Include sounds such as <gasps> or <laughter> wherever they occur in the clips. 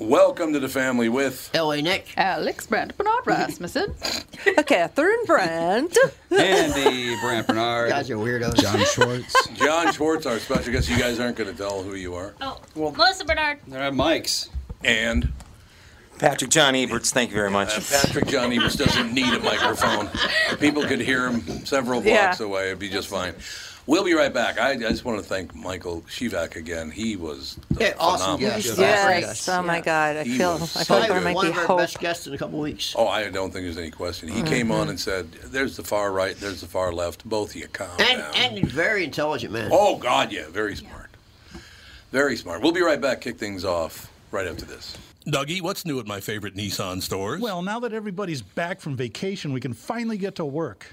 Welcome to the family with LA Nick, Alex Brand Bernard Rasmussen, Catherine Brandt. <laughs> Andy Brant Bernard. guys are weirdos. John Schwartz. <laughs> John Schwartz, our special guest. You guys aren't going to tell who you are. Oh, Melissa Bernard. There are mics. And Patrick John Eberts, thank you very much. uh, Patrick John Eberts doesn't need a microphone. People could hear him several blocks Yeah. away. It'd be just fine. We'll be right back. I, I just want to thank Michael Shivak again. He was the Yeah, awesome phenomenal. guest. Yes. Oh my God. I He feel was I so feel there good. might One be of our hope. best guests in a couple weeks. Oh, I don't think there's any question. Mm-hmm. He came on and said, "There's the far right. There's the far left. Both of you calm and down." and very intelligent man. oh God, yeah, very smart, very smart. We'll be right back. Kick things off right after this. Dougie, what's new at my favorite Nissan stores? Well, now that everybody's back from vacation, we can finally get to work.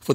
For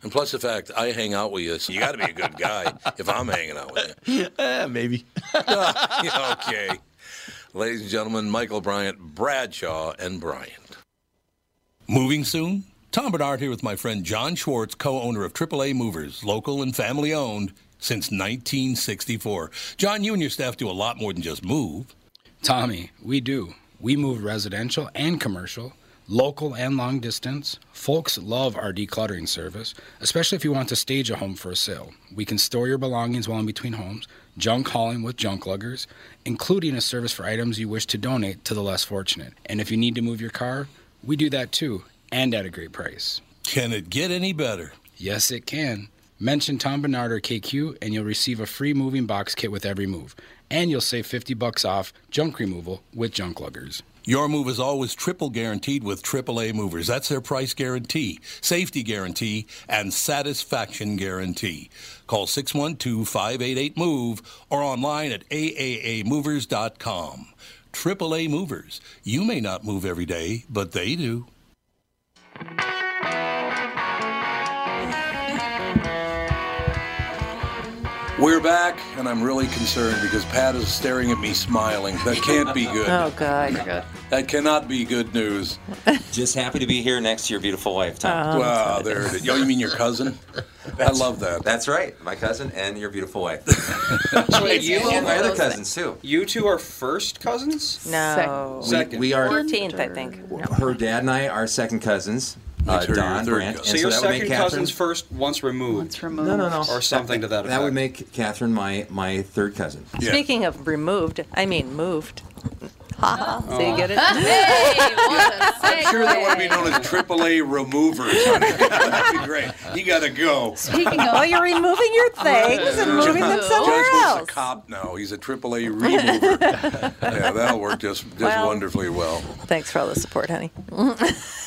And plus the fact I hang out with you, so you got to be a good guy if I'm hanging out with you. Eh, <laughs> maybe. Yeah, <laughs> okay, ladies and gentlemen, Michael Bryant, Bradshaw, and Bryant. Moving soon? Tom Bernard here with my friend John Schwartz, co owner of AAA Movers, local and family owned since 1964. John, you and your staff do a lot more than just move. Tommy, we do. We move residential and commercial, local and long distance. Folks love our decluttering service, especially if you want to stage a home for a sale. We can store your belongings while in between homes, junk hauling with junk luggers, including a service for items you wish to donate to the less fortunate. And if you need to move your car, we do that too, and at a great price. Can it get any better? Yes, it can. Mention Tom Bernard or KQ and you'll receive a free moving box kit with every move. And you'll save 50 bucks off junk removal with junk luggers. Your move is always triple guaranteed with AAA Movers. That's their price guarantee, safety guarantee, and satisfaction guarantee. Call 612 588 MOVE or online at aaamovers.com. AAA Movers. You may not move every day, but they do. We're back, and I'm really concerned because Pat is staring at me smiling. That can't be good. Oh, God. That cannot be good news. <laughs> Just happy to be here next to your beautiful wife, Tom. Oh. Wow, there it is. Oh, you mean <laughs> your cousin? I love that. That's right. My cousin and your beautiful <laughs> wife. Wait, you and my other cousins, too. You two are first cousins? No. We- we are- 14th, I think. No. Her dad and I are second cousins. Uh, Makes her your Don third Brandt. and cousin. So your that would make second Catherine- cousin's first, once removed. Once removed. No, no, no. Or something to that effect. That would make Catherine my my third cousin. Speaking of removed, I mean moved. Ha ha. So you <laughs> get it? <laughs> I'm sure that want to be known as AAA removers. honey. <laughs> That'd be great. You got to go. Speaking of. Well, you're removing your things and moving them somewhere Josh else. a cop now. He's a AAA <laughs> remover. yeah, that'll work just, just Well. wonderfully well. Thanks for all the support, honey.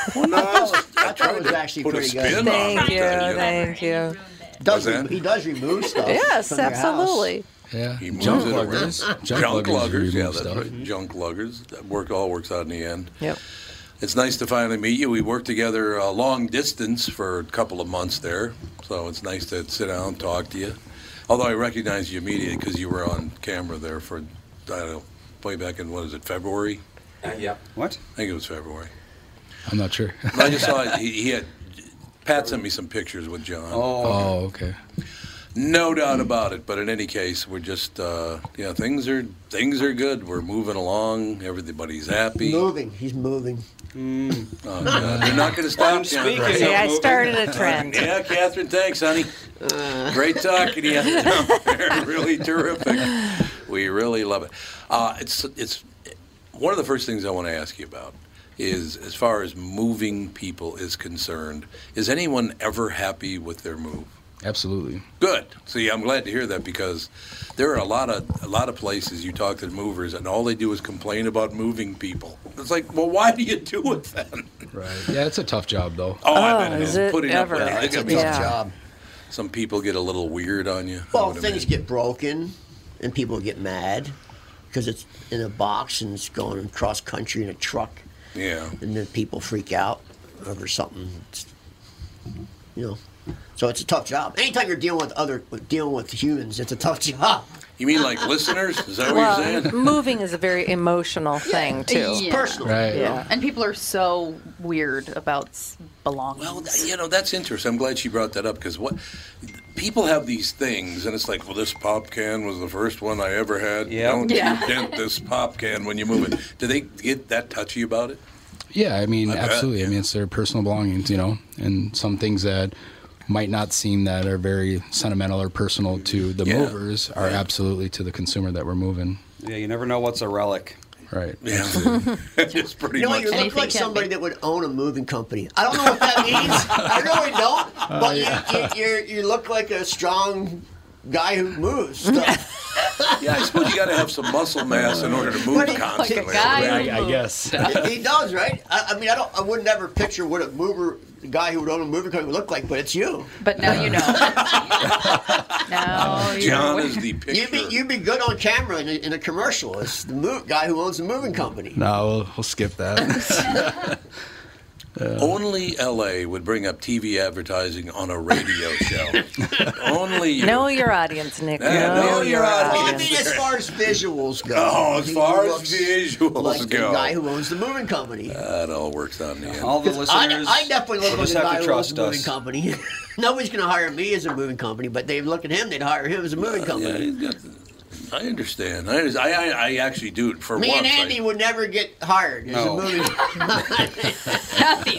I thought it was actually Put a pretty spin good. on it. Thank you. there you go. Thank you. Does Was that- he does remove <laughs> stuff. Yes, from your house. absolutely. Yeah. He moves Junk it around. luggers. Junk Junk luggers, luggers. you Yeah, move that's stuff. right. Junk luggers. That work all works out in the end. Yep. It's nice to finally meet you. We worked together a long distance for a couple of months there, so it's nice to sit down and talk to you. Although I recognized you immediately because you were on camera there for, I don't know, way back in, what is it, February? Uh, yeah. What? I think it was February. I'm not sure. <laughs> I just saw it. He, he had, Pat sent me some pictures with <laughs> John. Oh, okay. No doubt about it. But in any case, we're just, uh, yeah, things are things are good. We're moving along. Everybody's happy. Moving. He's moving. Oh, God. You're not going to stop, John. Speaking right? of See, I moving- started a trend. <laughs> Yeah, Catherine, thanks, honey. Uh. Great talking to <laughs> you. <laughs> really terrific. We really love it. Uh, it's it's one of the first things I want to ask you about is as far as moving people is concerned. Is anyone ever happy with their move? Absolutely. Good. See, I'm glad to hear that because there are a lot of a lot of places you talk to movers and all they do is complain about moving people. It's like, well, why do you do it then? Right. Yeah, it's a tough job, though. Oh, I bet Oh, it is. is it Putting ever. up with it. It's a It's tough gotta be Yeah. job. some people get a little weird on you. I Well, would things imagine. get broken, and people get mad because it's in a box and it's going cross country in a truck, Yeah. and then people freak out over something. It's, you know, so it's a tough job. Anytime you're dealing with other with dealing with humans, it's a tough <laughs> job. You mean like listeners? Is that what you're Well, saying? moving is a very emotional thing, too. Yeah. Personal. Right. Yeah. And people are so weird about s- belongings. Well, th- you know, that's interesting. I'm glad she brought that up because what people have these things, and it's like, well, this pop can was the first one I ever had. Yep. Don't Yeah. you dent this pop can when you move it. Do they get that touchy about it? Yeah, I mean, I bet, absolutely. I yeah. mean, it's their personal belongings, you know, and some things that might not seem that are very sentimental or personal to the Yeah. movers are absolutely to the consumer that we're moving. Yeah, you never know what's a relic. Right. Yeah. it's pretty You know, much. you look Anything like can somebody be. that would own a moving company. <laughs> I don't know what that means. I <laughs> really don't. But you, you, you, you look like a strong guy who moves stuff. Yeah, I suppose you got to have some muscle mass in order to move But it's like a constantly. guy Yeah. I- I <laughs> guess. he does, right? I, I mean, I don't. I would never picture what a mover, the guy who would own a moving company would look like, but it's you. but now you know. now you John know. is the picture. You'd be you'd be good on camera in a, in a commercial. It's the move, guy who owns the moving company. No, we'll, we'll skip <laughs> that. Only LA would bring up TV advertising on a radio show. Only you. Know your audience, Nick. Yeah, know, know your Well, I audience. mean, as far as visuals go. Oh, as he far as looks visuals like go. the guy who owns the moving company. that all works out in the end. Uh, All the I, listeners. I definitely look will like just a have guy to who owns trust a moving us. company. <laughs> Nobody's going to hire me as a moving company, but they look at him, they'd hire him as a Uh, moving Yeah, company. he's got the- I understand. I, under- I, I, I actually do it for me once. and Andy I, would never get hired as No. <laughs> a moving.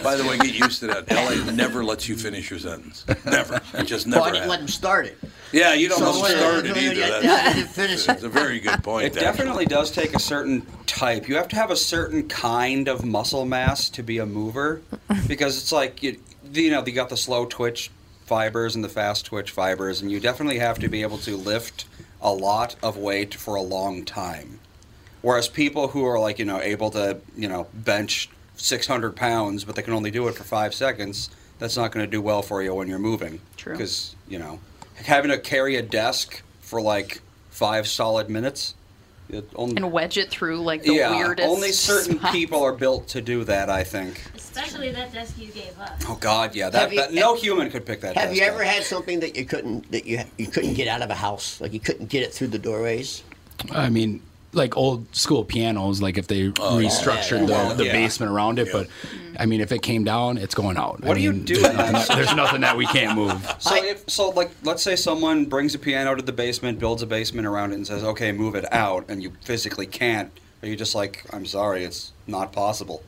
by the way, get used to that. LA never lets you finish your sentence. Never. It just never. well, I didn't let him happens. start it. yeah, you don't So let them when- start it when- either. yeah, <laughs> That's, I didn't finish that's it. a very good point. It definitely does take a certain type. You have to have a certain kind of muscle mass to be a mover, because it's like you, you know, you got the slow twitch fibers and the fast twitch fibers, and you definitely have to be able to lift a lot of weight for a long time. Whereas people who are like you know able to you know bench 600 pounds, but they can only do it for five seconds, that's not going to do well for you when you're moving. True. Because you know having to carry a desk for like five solid minutes. It only, and wedge it through like the yeah, weirdest. only certain spots. people are built to do that. I think. Especially that desk you gave us. Oh God, yeah. That, Have you- that no human could pick that. Have you desk ever had something that you couldn't that you you couldn't get out of a house? Like you couldn't get it through the doorways? I mean, like old school pianos, like if they yeah, restructured yeah, yeah. the, the Yeah. basement around it, but I mean, if it came down, it's going out. What I do you mean, do There's in nothing, that? that, there's nothing that we can't move. So, if, so like, let's say someone brings a piano to the basement, builds a basement around it, and says, "Okay, move it out," and you physically can't. Are you just like, "I'm sorry, it's not possible"?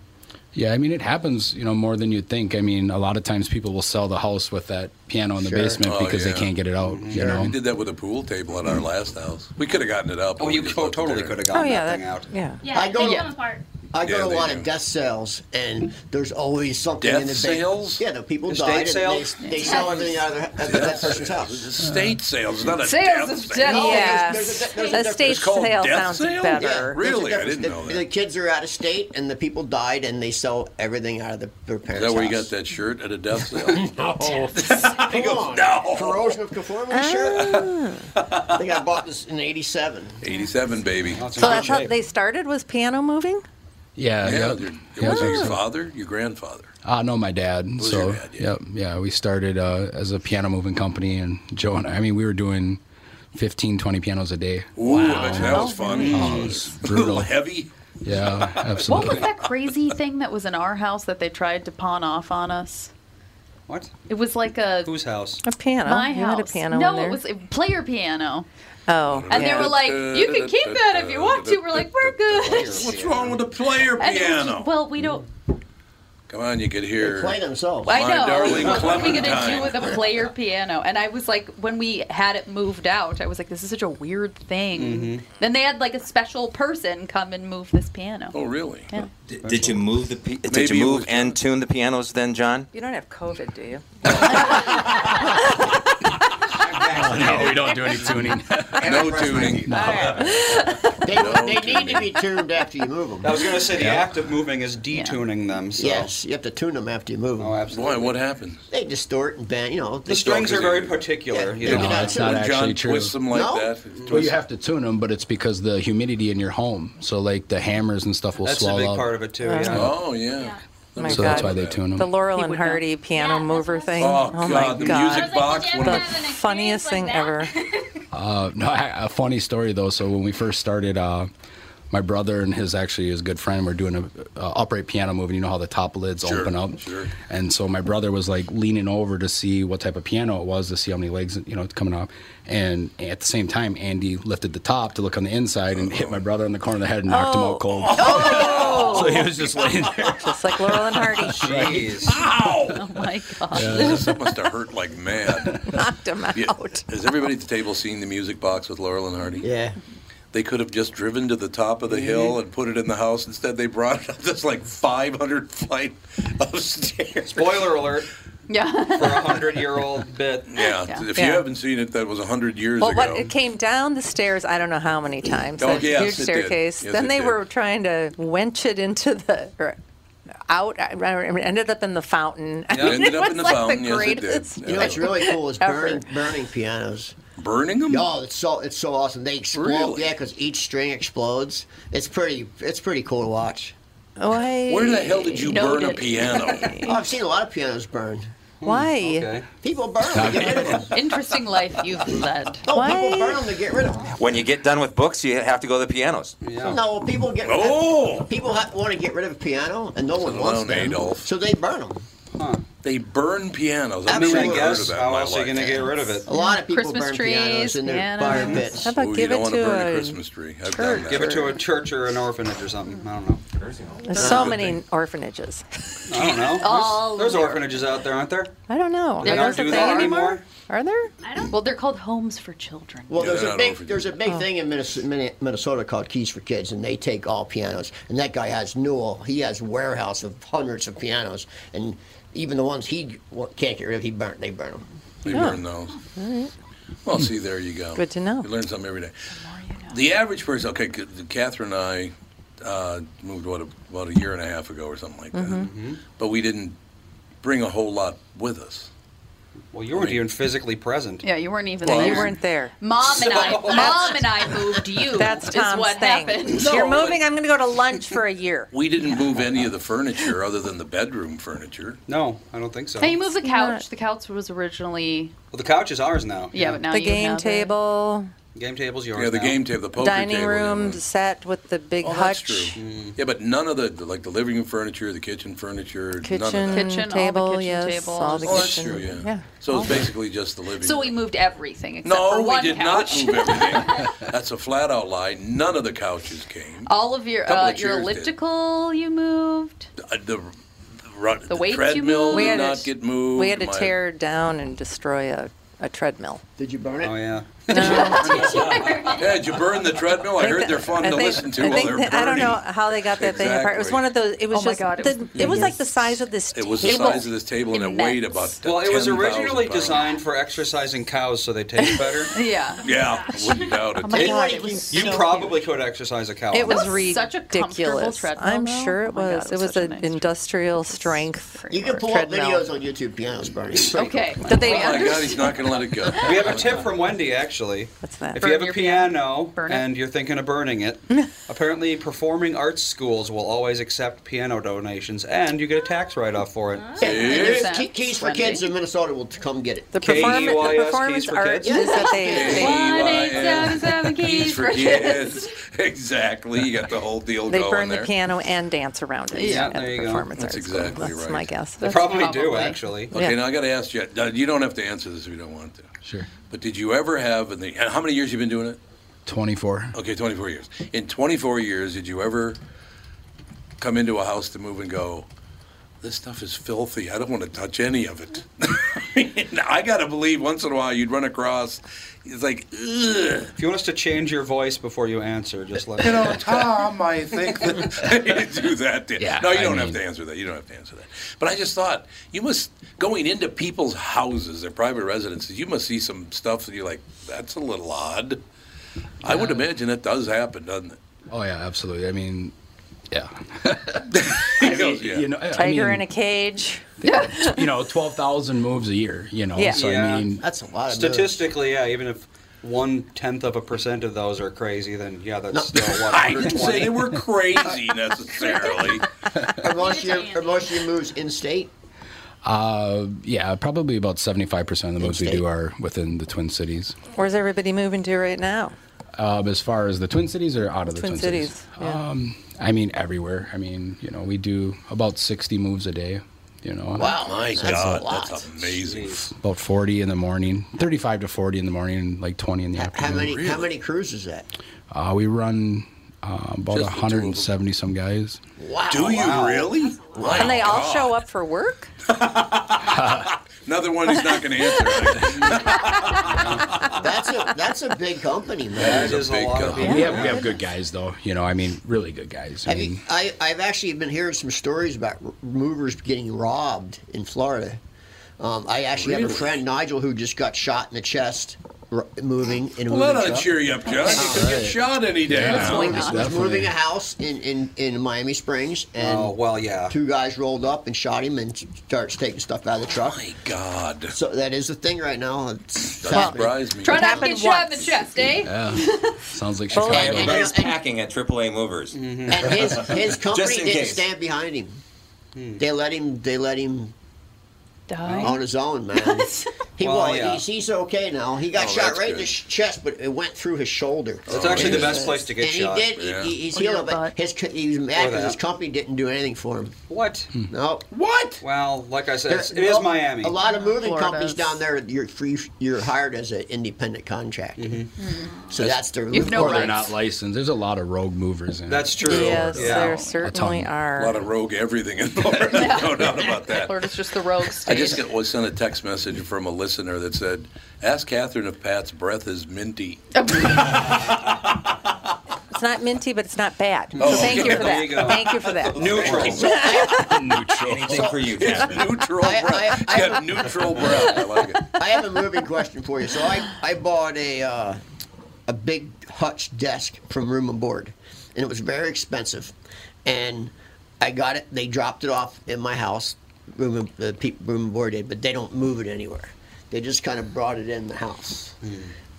Yeah, I mean, it happens, you know, more than you'd think. I mean, a lot of times people will sell the house with that piano in the Sure. basement Oh, because yeah. Mm-hmm. they can't get it out. You know, We did that with a pool table at our last house. We could have gotten it up. Oh, you totally could have gotten Oh, yeah, that thing that- out. Yeah. Yeah, I go they to- come apart. I go Yeah, to a they lot do. of death sales, and there's always something Death in the ba- sales? Yeah, the people Estate died. sales? And they, they sell everything out of their, out of that person's house. Estate sales, not a Sales death of sale. death. Yeah. There's a- there's a Estate difference. It's called sale death sounds sale? better. there's a Really? I difference. didn't the, know that. The kids are out of state, and the people died, and they sell everything out of the, their Is parents' that where you house. got that shirt at a <laughs> death sale? no. He goes, Come on. "No." Corrosion <laughs> of conformity shirt. Oh. I think I bought this in '87. 87, baby. So that's how they started was piano moving. yeah, Yeah, yep. your- it Yeah. was your father, your grandfather. Uh, no, my dad. so, yeah. Yep, yeah, we started uh, as a piano moving company, and Joe and I, I mean, we were doing 15, 20 pianos a day. Ooh, I bet you that was fun. Oh, it was a <laughs> brutal. little heavy. Yeah, What absolutely. was that <laughs> crazy thing that was in our house that they tried to pawn off on us? What? It was like a Whose house? A piano. my you house. had a piano no, in there. it was a player piano. Oh, And they were like, Uh, "You can keep that if you want to." We're like, "We're good." What's wrong with a player And it was- piano? well, we don't. Come on, you could hear. play themselves. I know. My darling what are we Clementine. gonna do with a player piano? And I was like, when we had it moved out, I was like, "This is such a weird thing." Mm-hmm. Then they had like a special person come and move this piano. Oh, really? Yeah. D- Did you move the? Pi- did Maybe you it move was and tune the pianos then, John? you don't have COVID, do you? Oh, no, we don't do any tuning. no tuning. They, they need to be tuned after <laughs> you move them. I was going to say the act of moving is detuning them. So. Yes, you have to tune them after you move them. Oh, absolutely. Why? What happened? They distort and bend. You know, The strings are very particular. Yeah. you know. No, it's not Would actually John true. twist them like No? that? Well, you have to tune them, but it's because the humidity in your home. So, like the hammers and stuff will That's swell a big up. part of it too. Uh, Yeah. Oh yeah. Oh my God. so that's why they tune them. The Laurel and Hardy piano mover thing. Oh, my God, the God. music box, one of The funniest thing <laughs> ever. Uh, no, <laughs> I, a funny story though. So when we first started, uh, my brother and his actually his good friend were doing a uh, upright piano move, and you know how the top lids Sure, open up. sure. And so my brother was like leaning over to see what type of piano it was, to see how many legs you know it's coming up. And at the same time, Andy lifted the top to look on the inside and hit my brother in the corner of the head and knocked Oh. him <laughs> out cold. so he was just laying there. Just like Laurel and Hardy. <laughs> Jeez. Ow! Oh my god. that must have hurt like mad. Knocked him out. Yeah. Has everybody at the table seen the music box with Laurel and Hardy? Yeah. They could have just driven to the top of the Mm-hmm. hill and put it in the house. Instead, they brought <laughs> it up this like 500 flight of stairs. Spoiler alert <laughs> Yeah. for a hundred-year-old bit. Yeah. Yeah. If Yeah. you haven't seen it, that was 100 years Well, ago. what, it came down the stairs. I don't know how many times. Oh, that yes, huge it did. staircase. Yes, then it they did. were trying to winch it into the or out. I remember it ended up in the fountain. <laughs> I Yeah, mean, it ended it up was in the like fountain. the Yes, it did. greatest. Yeah. You know what's really cool is Ever. burning burning pianos. Burning them? Oh, it's so it's so awesome. They explode. Really? Yeah, because each string explodes. It's pretty it's pretty cool to watch. Why? Where the hell did you burn a piano? Oh, I've seen a lot of pianos burn. Hmm, Why? <laughs> People <laughs> burn them to get rid of them. Interesting life you've led. <laughs> No, people burn them to get rid of them. <laughs> When you get done with books, you have to go to the pianos. No, people get Oh! people ha- want to get rid of a piano, and no one wants Alone, them. Adolf. So they burn them. They burn pianos. I I've mean, never I even heard of guess that. how in my else are you life. going to get rid of it? A lot of people Christmas burn trees, pianos in their fire pianos. pits. How about Ooh, you give don't it want to burn a a Christmas tree. I've church. done that. Give it to a church or an orphanage or something. I don't know. There's so many orphanages. I don't know. All There's, there's orphanages out there, aren't there? I don't know. They Are don't those a do thing that anymore? anymore. Are there? I don't. Well, they're called homes for children. Well, Yeah, there's they're a not big orphanages. there's a big Oh. thing in Minnes- Minne- Minnesota called Keys for Kids, and they take all pianos. And that guy has Newell. He has a warehouse of hundreds of pianos, and even the ones he wa- can't get rid of, he burnt. They burn them. They Oh. burn those. Mm-hmm. Well, see, there you go. Good to know. You learn something every day. The average person, okay, c- Catherine and I uh, moved, what, about a year Mm-hmm. Mm-hmm. Mm-hmm. and a half ago or something like that. But we didn't bring a whole lot with us. Well, you weren't even physically present. Yeah, you weren't even Well, there. You weren't there. Mom and I, So- mom and I moved you. <laughs> That's is Tom's what thing. happened. You're moving. I'm going to go to lunch for a year. We didn't move any of the furniture other than the bedroom furniture. No, I don't think so. Hey, you moved the couch. The couch was originally Well, the couch is ours now. yeah, but now the you game have it. table, Game table's yours. Yeah, the now. game table, <laughs> the poker dining table. room set with the big Oh, that's hutch. true. Yeah, but none of the like the living room furniture, the kitchen furniture, none Kitchen, of that. Kitchen, all the table, kitchen yes, tables. all the Oh, that's kitchen. true. Yeah. yeah. So it's basically just the living. So room. we moved everything except no, for we one did couch. not move <laughs> everything. That's a flat out lie. None of the couches came. All of your Couple uh, of your chairs did. elliptical you moved. Uh, The, ru- the, weights you treadmill moved? We did had not to- get moved. We had to My- <laughs> tear down and destroy a, a treadmill. Did you burn it? Oh yeah. Yeah, did you burn the treadmill? I heard they're fun I to think- listen to I, while think they're that- burning. I don't know how they got that thing apart. It was Exactly. one of those. It was Oh my just. God, it the, was the it was like the size of this. It was the table. size of this table and it weighed about. Well, it was 10,000 originally pounds. designed for exercising cows so they taste better. Yeah. <laughs> Yeah, I wouldn't doubt it. Oh my God, it was you so probably could exercise a cow. It was, That was such a comfortable ridiculous. treadmill, I'm though. sure it Oh my God, was. it it was was such a an industrial strength. You can pull up treadmill. videos on YouTube pianos, Bernie. It's pretty Okay. cool. Did they Oh my God, he's not going to let it go. We have a tip from Wendy, actually. What's that? If Burn you have your a piano Burn it. and you're thinking of burning <laughs> it, apparently performing arts schools will always accept piano donations, and you get a tax write-off for it. Ah. There's sense, key- keys for Wendy. kids in Minnesota will t- come get it. E The, KUIS, E perform- the keys performance for art kids. E is that they, One eight Yeah. seven seven keys E Keys for kids. <laughs> Exactly. You got the whole deal they, they going burn the there. piano and dance around it. Yeah, at there you the go. performance That's arts club. exactly That's right. my guess. They That's probably, do, probably- actually. Okay, Yeah. now I got to ask you. now, You don't have to answer this if you don't want to. Sure. But did you ever have? In the, uh, how many years you been doing it? 24. Okay, 24 years. In 24 years, did you ever come into a house to move and go, this stuff is filthy. I don't want to touch any of it. <laughs> I got to believe once in a while you'd run across, it's like, ugh. If you want us to change your voice before you answer, just let <laughs> You me know, Tom, I think that you do that. did- Yeah, no, you I don't have mean- to answer that. You don't have to answer that. But I just thought you must going into people's houses, their private residences. You must see some stuff that you're like, that's a little odd. I would imagine that does happen, doesn't it? Oh, yeah, absolutely. I mean, yeah. He <laughs> goes, yeah. You know, <laughs> I- I Tiger mean, in a cage. <laughs> you know, 12,000 moves a year, you know. Yeah. So, Yeah. I mean, That's a lot of moves. Statistically, yeah, even if one tenth of a percent of those are crazy, then yeah, that's still <laughs> what <laughs> I didn't say 120. they were <laughs> crazy necessarily. Are most, of your, are most of your moves in state? uh, yeah, probably about 75% of the moves we state. do are within the Twin Cities. Where's everybody moving to right now? Uh, Um, as far as the Twin Cities or out of the Twin Twin, Cities. yeah. Um, I mean, everywhere. I mean, you know, we do about 60 moves a day, you know. Wow, My that's God, a lot. that's amazing. About 40 in the morning, 35 to 40 in the morning, and like 20 in the How afternoon. many how many crews is that? Uh, we run uh, about Just the two of 170 some guys. Wow. Do you wow. <laughs> really? My and they all God. show up for work. Another one he's not going to <laughs> answer. That's a that's a big company, man. That That is is a a big lot of company. people. We have we have good guys though, you know. I mean, really good guys. I Have you, mean, I, I've actually been hearing some stories about r- movers getting robbed in Florida. Um, I actually have a friend, Nigel, who just got shot in the chest r- moving in a Well, moving that'll truck. cheer you up, John. You could get shot any day now. He was moving a house in, in, in Miami Springs, and Oh well, yeah. two guys rolled up and shot him and starts taking stuff out of the truck. My God. So that is the thing right now. It's That happening. surprised me. Try not to happened get shot in the once. chest, eh? <laughs> sounds like Well, Chicago. and- Mm-hmm. Everybody's packing at AAA Movers. and his <laughs> his company Just in didn't case. stand behind him. Hmm. They let him. They let him Die. on his <laughs> own, man. He Well, well, yeah. he's, he's okay now. He got Oh, shot that's right in good. the sh- chest, but it went through his shoulder. That's actually the And best place to get and shot. he did. he- Yeah. He, he's Or your healed, butt. but his co- he was mad Or because his that. company didn't do anything for him. What? Hmm. No. What? Well, like I said, it's, it There- is well, Miami. A lot of moving Florida companies is. down there, you're free, you're hired as an independent contractor. Mm-hmm. So that's their You've no or they're rights. not licensed. There's a lot of rogue movers. In That's true. Yes, Yeah. there certainly A ton. are. A lot of rogue everything <laughs> in Florida. No doubt about that. Florida's just the rogue state. I just got, was sent a text message from a listener that said, "Ask Catherine if Pat's breath is minty." It's not minty, but it's not bad. Oh, so thank okay. you for There you go. that. Thank you for <laughs> that. Neutral. Anything for you, It's Captain. neutral I- I- breath. It's got neutral breath. I <laughs> like it. I have a moving question for you. So I, I bought a uh, a big hutch desk from Room and Board, and it was very expensive. And I got it. They dropped it off in my house. Room and, the peop room and Board did, but they don't move it anywhere. They just kind of brought it in the house.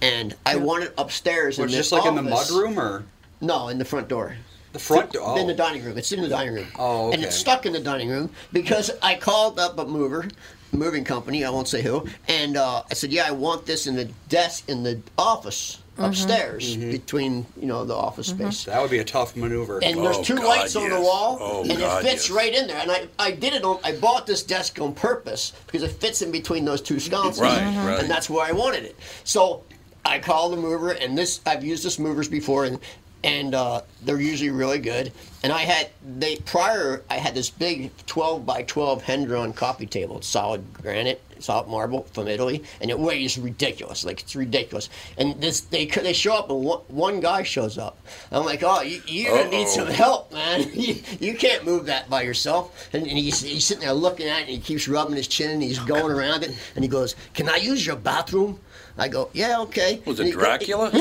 And I want it upstairs Which in just this like in the office. mudroom or No, in the front door. The front door. In the dining room. It's in the dining room. Oh, And it's okay. stuck in the dining room because I called up a mover, moving company, I won't say who, and uh, I said, Yeah, I want this in the desk in the office Mhm. upstairs between, you know, the office space. That would be Oh, a tough maneuver. And there's two Oh, lights on the wall, Oh, and it fits right in there. And I, I did it on, I bought this desk on purpose because it fits in between those two sconces. Right, Mhm. right. And that's where I wanted it. So I called the mover, and this, I've used this movers before, and and uh, they're usually really good. And I had they prior, I had this big 12 by 12 hand drawn coffee table, It's solid granite, solid marble from Italy, and it weighs ridiculous, like it's ridiculous. And this they c- they show up, and one, one guy shows up. I'm like, oh, you, you're gonna need some Uh-oh. help, man. <laughs> you, you can't move that by yourself. And, and he's, he's sitting there looking at it, and he keeps rubbing his chin, and he's going around it, and he goes, "Can I use your bathroom?" I go, "Yeah, okay." Was And it he go- Dracula? <laughs>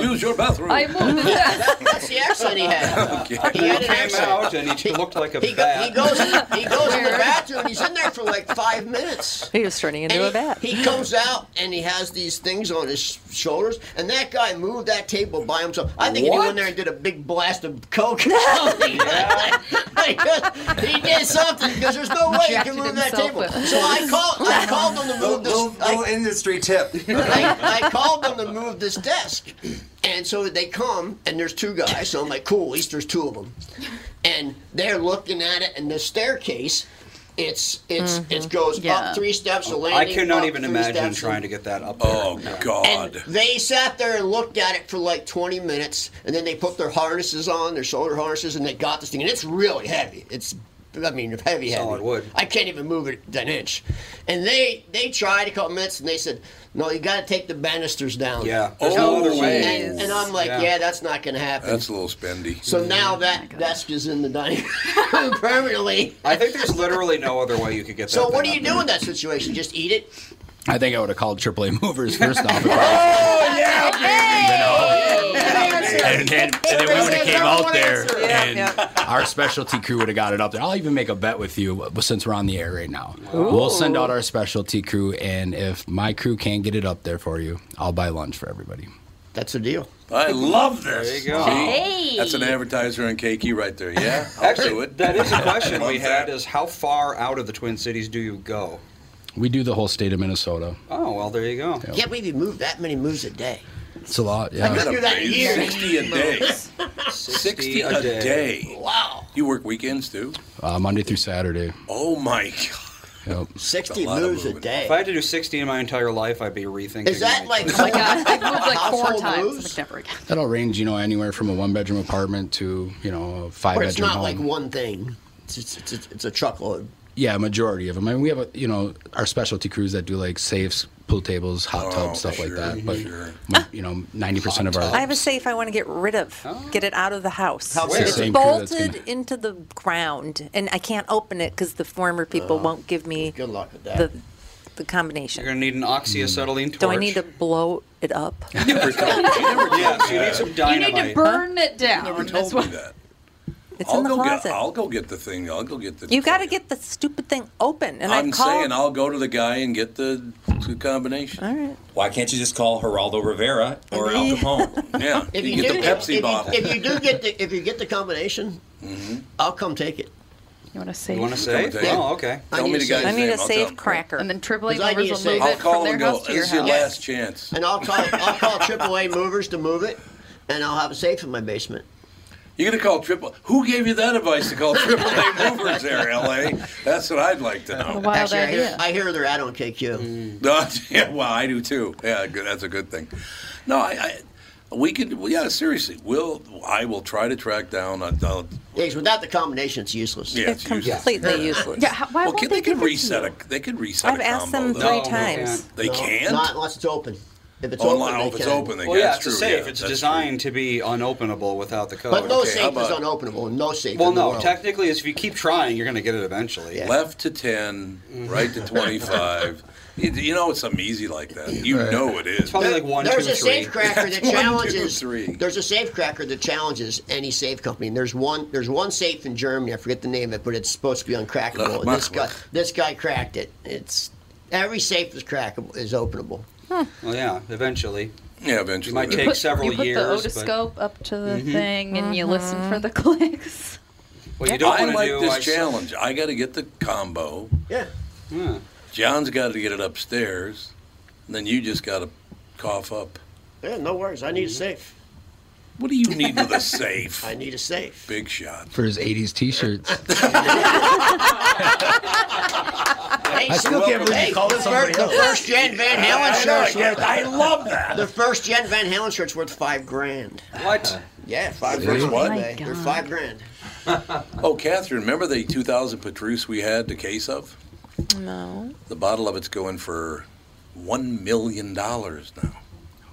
Use your bathroom. I moved it. <laughs> That's the accent he had. <laughs> He had an came accent. out and he looked like a He, go, bat. he goes. He goes in the bathroom. and He's in there for like five minutes. He was turning into And a bat. He, he comes out and he has these things on his sh- shoulders, and that guy moved that table by himself. I think he What? went in there and did a big blast of coke or something. he did something because there's no way he can Injected move that himself table. with- So I called. I called him to move this. Little, little industry <laughs> tip. I, I called them to move this desk. And so they come, and there's two guys. So I'm like, cool, at least there's two of them. And they're looking at it, and the staircase, it's it's it goes up three steps, a I landing. cannot up even three imagine steps, trying to get that up. Oh God! they sat there and looked at it for like 20 minutes, and then they put their harnesses on, their shoulder harnesses, and they got this thing. And it's really heavy. It's, I mean, heavy, heavy. Solid wood. I can't even move it an inch. And they they tried a couple minutes, and they said, "No, you got to take the banisters down." Yeah. There's no other way. And, and I'm like, Yeah. Mm-hmm. "Yeah, that's not going to happen." That's a little spendy. so now that desk is in the dining room <laughs> permanently. I think there's literally no other way you could get that. So what do thing you up. do in that situation? Just eat it? I think I would have called AAA <laughs> movers first off. Oh yeah, <laughs> and then, and then we would have came out there, and yeah. our specialty crew would have got it up there. I'll even make a bet with you, uh, since we're on the air right now. We'll send out our specialty crew, and if my crew can't get it up there for you, I'll buy lunch for everybody. That's a deal. I love this. There you go. See? Hey. That's an advertiser on KQ right there. Yeah, I'll do Actually, it. that <laughs> is a question Love we had: that. is how far out of the Twin Cities do you go? We do the whole state of Minnesota. Oh well, there you go. Can't believe you move that many moves a day. It's a lot. Yeah. I could do that in years. 60 a day. 60 a day. Wow. You work weekends too? Uh, Monday through Saturday. Oh my God. Yep. 60 moves a day. If I had to do 60 in my entire life, I'd be rethinking. Is that my like Oh choices. <laughs> I've moved like four Household times. Like, moves? never again. That'll range, you know, anywhere from a one-bedroom apartment to, you know, a Or it's five-bedroom not home. like one thing. It's, it's, it's, it's, it's a truckload. Yeah, majority of them. I mean, we have a, you know our specialty crews that do like safes, pool tables, hot tubs, stuff like that. But mo- you know, ninety percent of our I have a safe I want to get rid of. Get it out of the house. How It's the it's same crew that's bolted into the ground, and I can't open it because the former people Oh. won't give me Good luck with that. the the combination. You're gonna need an oxyacetylene torch. Do I need to blow it up? <laughs> yes, you need some dynamite. You need to burn it down. That's what- It's I'll in the go closet. Get, I'll go get the thing. I'll go get the. you got to get the stupid thing open, and I'm I've called. saying I'll go to the guy and get the two combination. All right. Why can't you just call Geraldo Rivera or Al Capone? <laughs> Yeah. If you you, get do, the Pepsi if, bottle. If you, if you do get the if you get the combination, I'll come take it. You want to save? You want to save? Oh, okay. I need a safe. I need a safe cracker. And then AAA Because I movers need a will safe. move I'll it call from their and go, house to your "This is your house. last chance. And I'll call I'll call AAA movers to move it, and I'll have a safe in my basement. You're gonna call triple. Who gave you that advice to call triple A movers there, LA? That's what I'd like to know. Actually, I hear, I hear they're out on KQ. No, <laughs> yeah, well, I do too. Yeah, good, that's a good thing. No, I, I we could. well, Yeah, seriously. We'll. I will try to track down. i I'll, Yeah, 'cause without the combination, it's useless. Yeah, it's useless. completely Yeah. useless. Yeah, how- why well, won't can, they they, give can it to reset you? a. They could reset. I've a asked combo, them though. three No, they times. can't. They No, can't. Not unless it's open. If it's open, Online, they if it's can. open, Oh, they Well, can. yeah, That's Oh, it's a true, yeah, safe. it's that's designed to be unopenable without Oh, the code. But no safe is unopenable. No safe. Well, in the no. world. Technically, is if you keep trying, you're going to get it eventually. Left to 10, right <laughs> to 25. you, you know, it's something easy like that. You Right. know it is. It's probably like one, There's a <laughs> safecracker that One, two, challenges. three. There's a safecracker that challenges any safe company. And there's one. There's one safe in Germany. I forget the name of it, but it's supposed to be uncrackable. And this guy, this guy cracked it. It's every safe is crackable is openable. Well, yeah, eventually. Yeah, eventually. It might take several you put years. the otoscope up to the Mhm. thing and you listen for the <laughs> clicks. Well, you don't I wanna like do, this I saw- challenge. I got to get the combo. Yeah. John's got to get it upstairs. And then you just got to cough up. Yeah, no worries. I need a safe. What do you need <laughs> with a safe? <laughs> I need a safe. Big shot. for his 80s t-shirts. I still can't believe you called the somebody first, the else. first Gen Van I know, Halen shirt's I get- worth. I love that. The first Gen Van Halen shirt's worth five grand. What? Yeah, five Really? grand. What? Oh on My eBay. They're five grand. Oh, Catherine, remember the 2000 Patrice we had the case of? No. The bottle of it's going for $1 million now.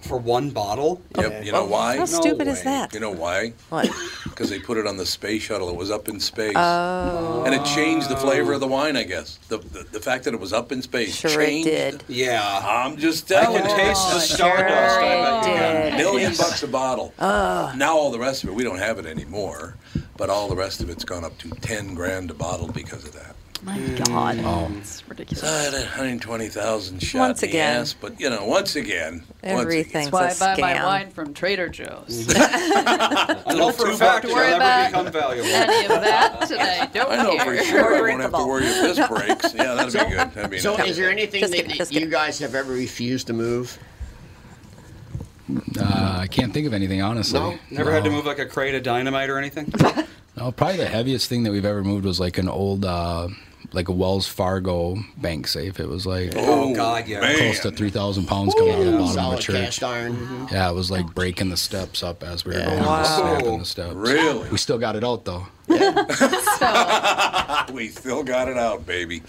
For one bottle? Yep. You know Well, why? how stupid is that? You know why? What? <laughs> Because they put it on the space shuttle. It was up in space. uh, Oh. And it changed the flavor of the wine, I guess. The, the, the fact that it was up in space Sure it changed. did. Yeah. I'm just I telling can you. taste Oh, the stardust, I bet you can. A million bucks a bottle. Now all the rest of it, we don't have it anymore, but all the rest of it's gone up to 10 grand a bottle because of that. My God. Mm. Oh. It's ridiculous. Uh, that 120,000 shot Once in the again. ass, but you know, once again, That's everything. why I buy my wine from Trader Joe's. I know for a fact Don't worry it'll about never become valuable. any of that tonight. Don't <laughs> I know for care. sure I won't have to worry if this breaks. Yeah, that'd be good. That'd be So, nice. is there anything Just that that you guys have ever refused to move? Uh, I can't think of anything honestly. No? Never had to move like a crate of dynamite or <laughs> anything? No, probably the heaviest thing that we've ever moved was like an old, uh, like a Wells Fargo bank safe. It was like Oh, God, yeah. close to three thousand pounds coming out of the bottom of Solid a church. cast iron. Mm-hmm. Mm-hmm. Yeah, it was like breaking the steps up as we were Yeah. going, Wow. just snapping the steps. Really? We still got it out though. we still got it out, baby.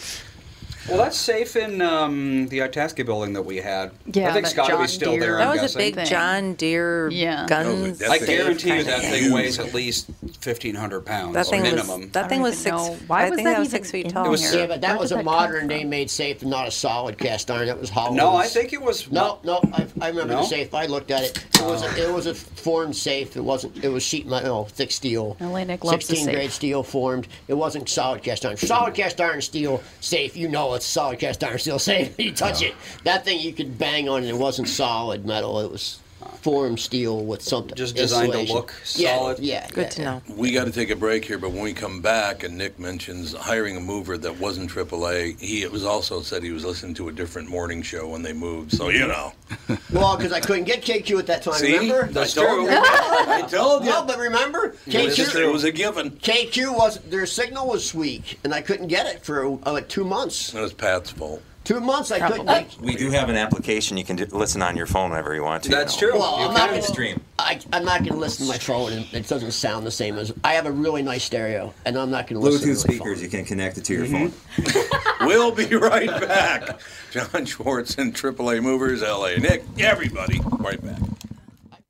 Well, that's safe in um, the Itasca building that we had. Yeah, I think it's got that to be John still Deere there. That I'm was a guessing. Oh, big John Deere gun. I safe guarantee you kinda that thing. thing weighs at least 1,500 pounds That thing was- minimum. that thing was six. I think that was six feet tall. It was- yeah, but Where that was did a that come modern day made safe and not a solid cast iron. That was hollow. No, I think it was. No, no, I, I remember No? the safe. I looked at it. It was a, it was a formed safe. It wasn't. It was sheet metal, oh, thick steel. Nick loves the Sixteen safe. grade steel formed. It wasn't solid cast iron. Solid cast iron steel safe. You know it's solid cast iron steel safe. <laughs> You touch it, that thing you could bang on, and it wasn't solid metal. It was formed steel with something. Just designed to insulation. look Yeah, solid. Yeah, Good yeah, to yeah. know. We got to take a break here, but when we come back, and Nick mentions hiring a mover that wasn't AAA, he it was also said he was listening to a different morning show when they moved. So you know, Well, because I couldn't get KQ at that time. See? Remember? That's true. I told you. No, but remember, it was, KQ it was a given. KQ was their signal was weak, and I couldn't get it for uh, like two months. It was Pat's fault. Two months I couldn't. We, Like, we do have an application you can do, listen on your phone whenever you want to. That's now. true. well, You I'm can not gonna stream. I, I'm not gonna listen to my phone, and it doesn't sound the same as. I have a really nice stereo, and I'm not gonna Bluetooth listen to my phone. speakers you can connect it to your phone. We'll be right back. John Schwartz and AAA Movers LA. Nick, everybody, right back.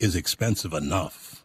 is expensive enough.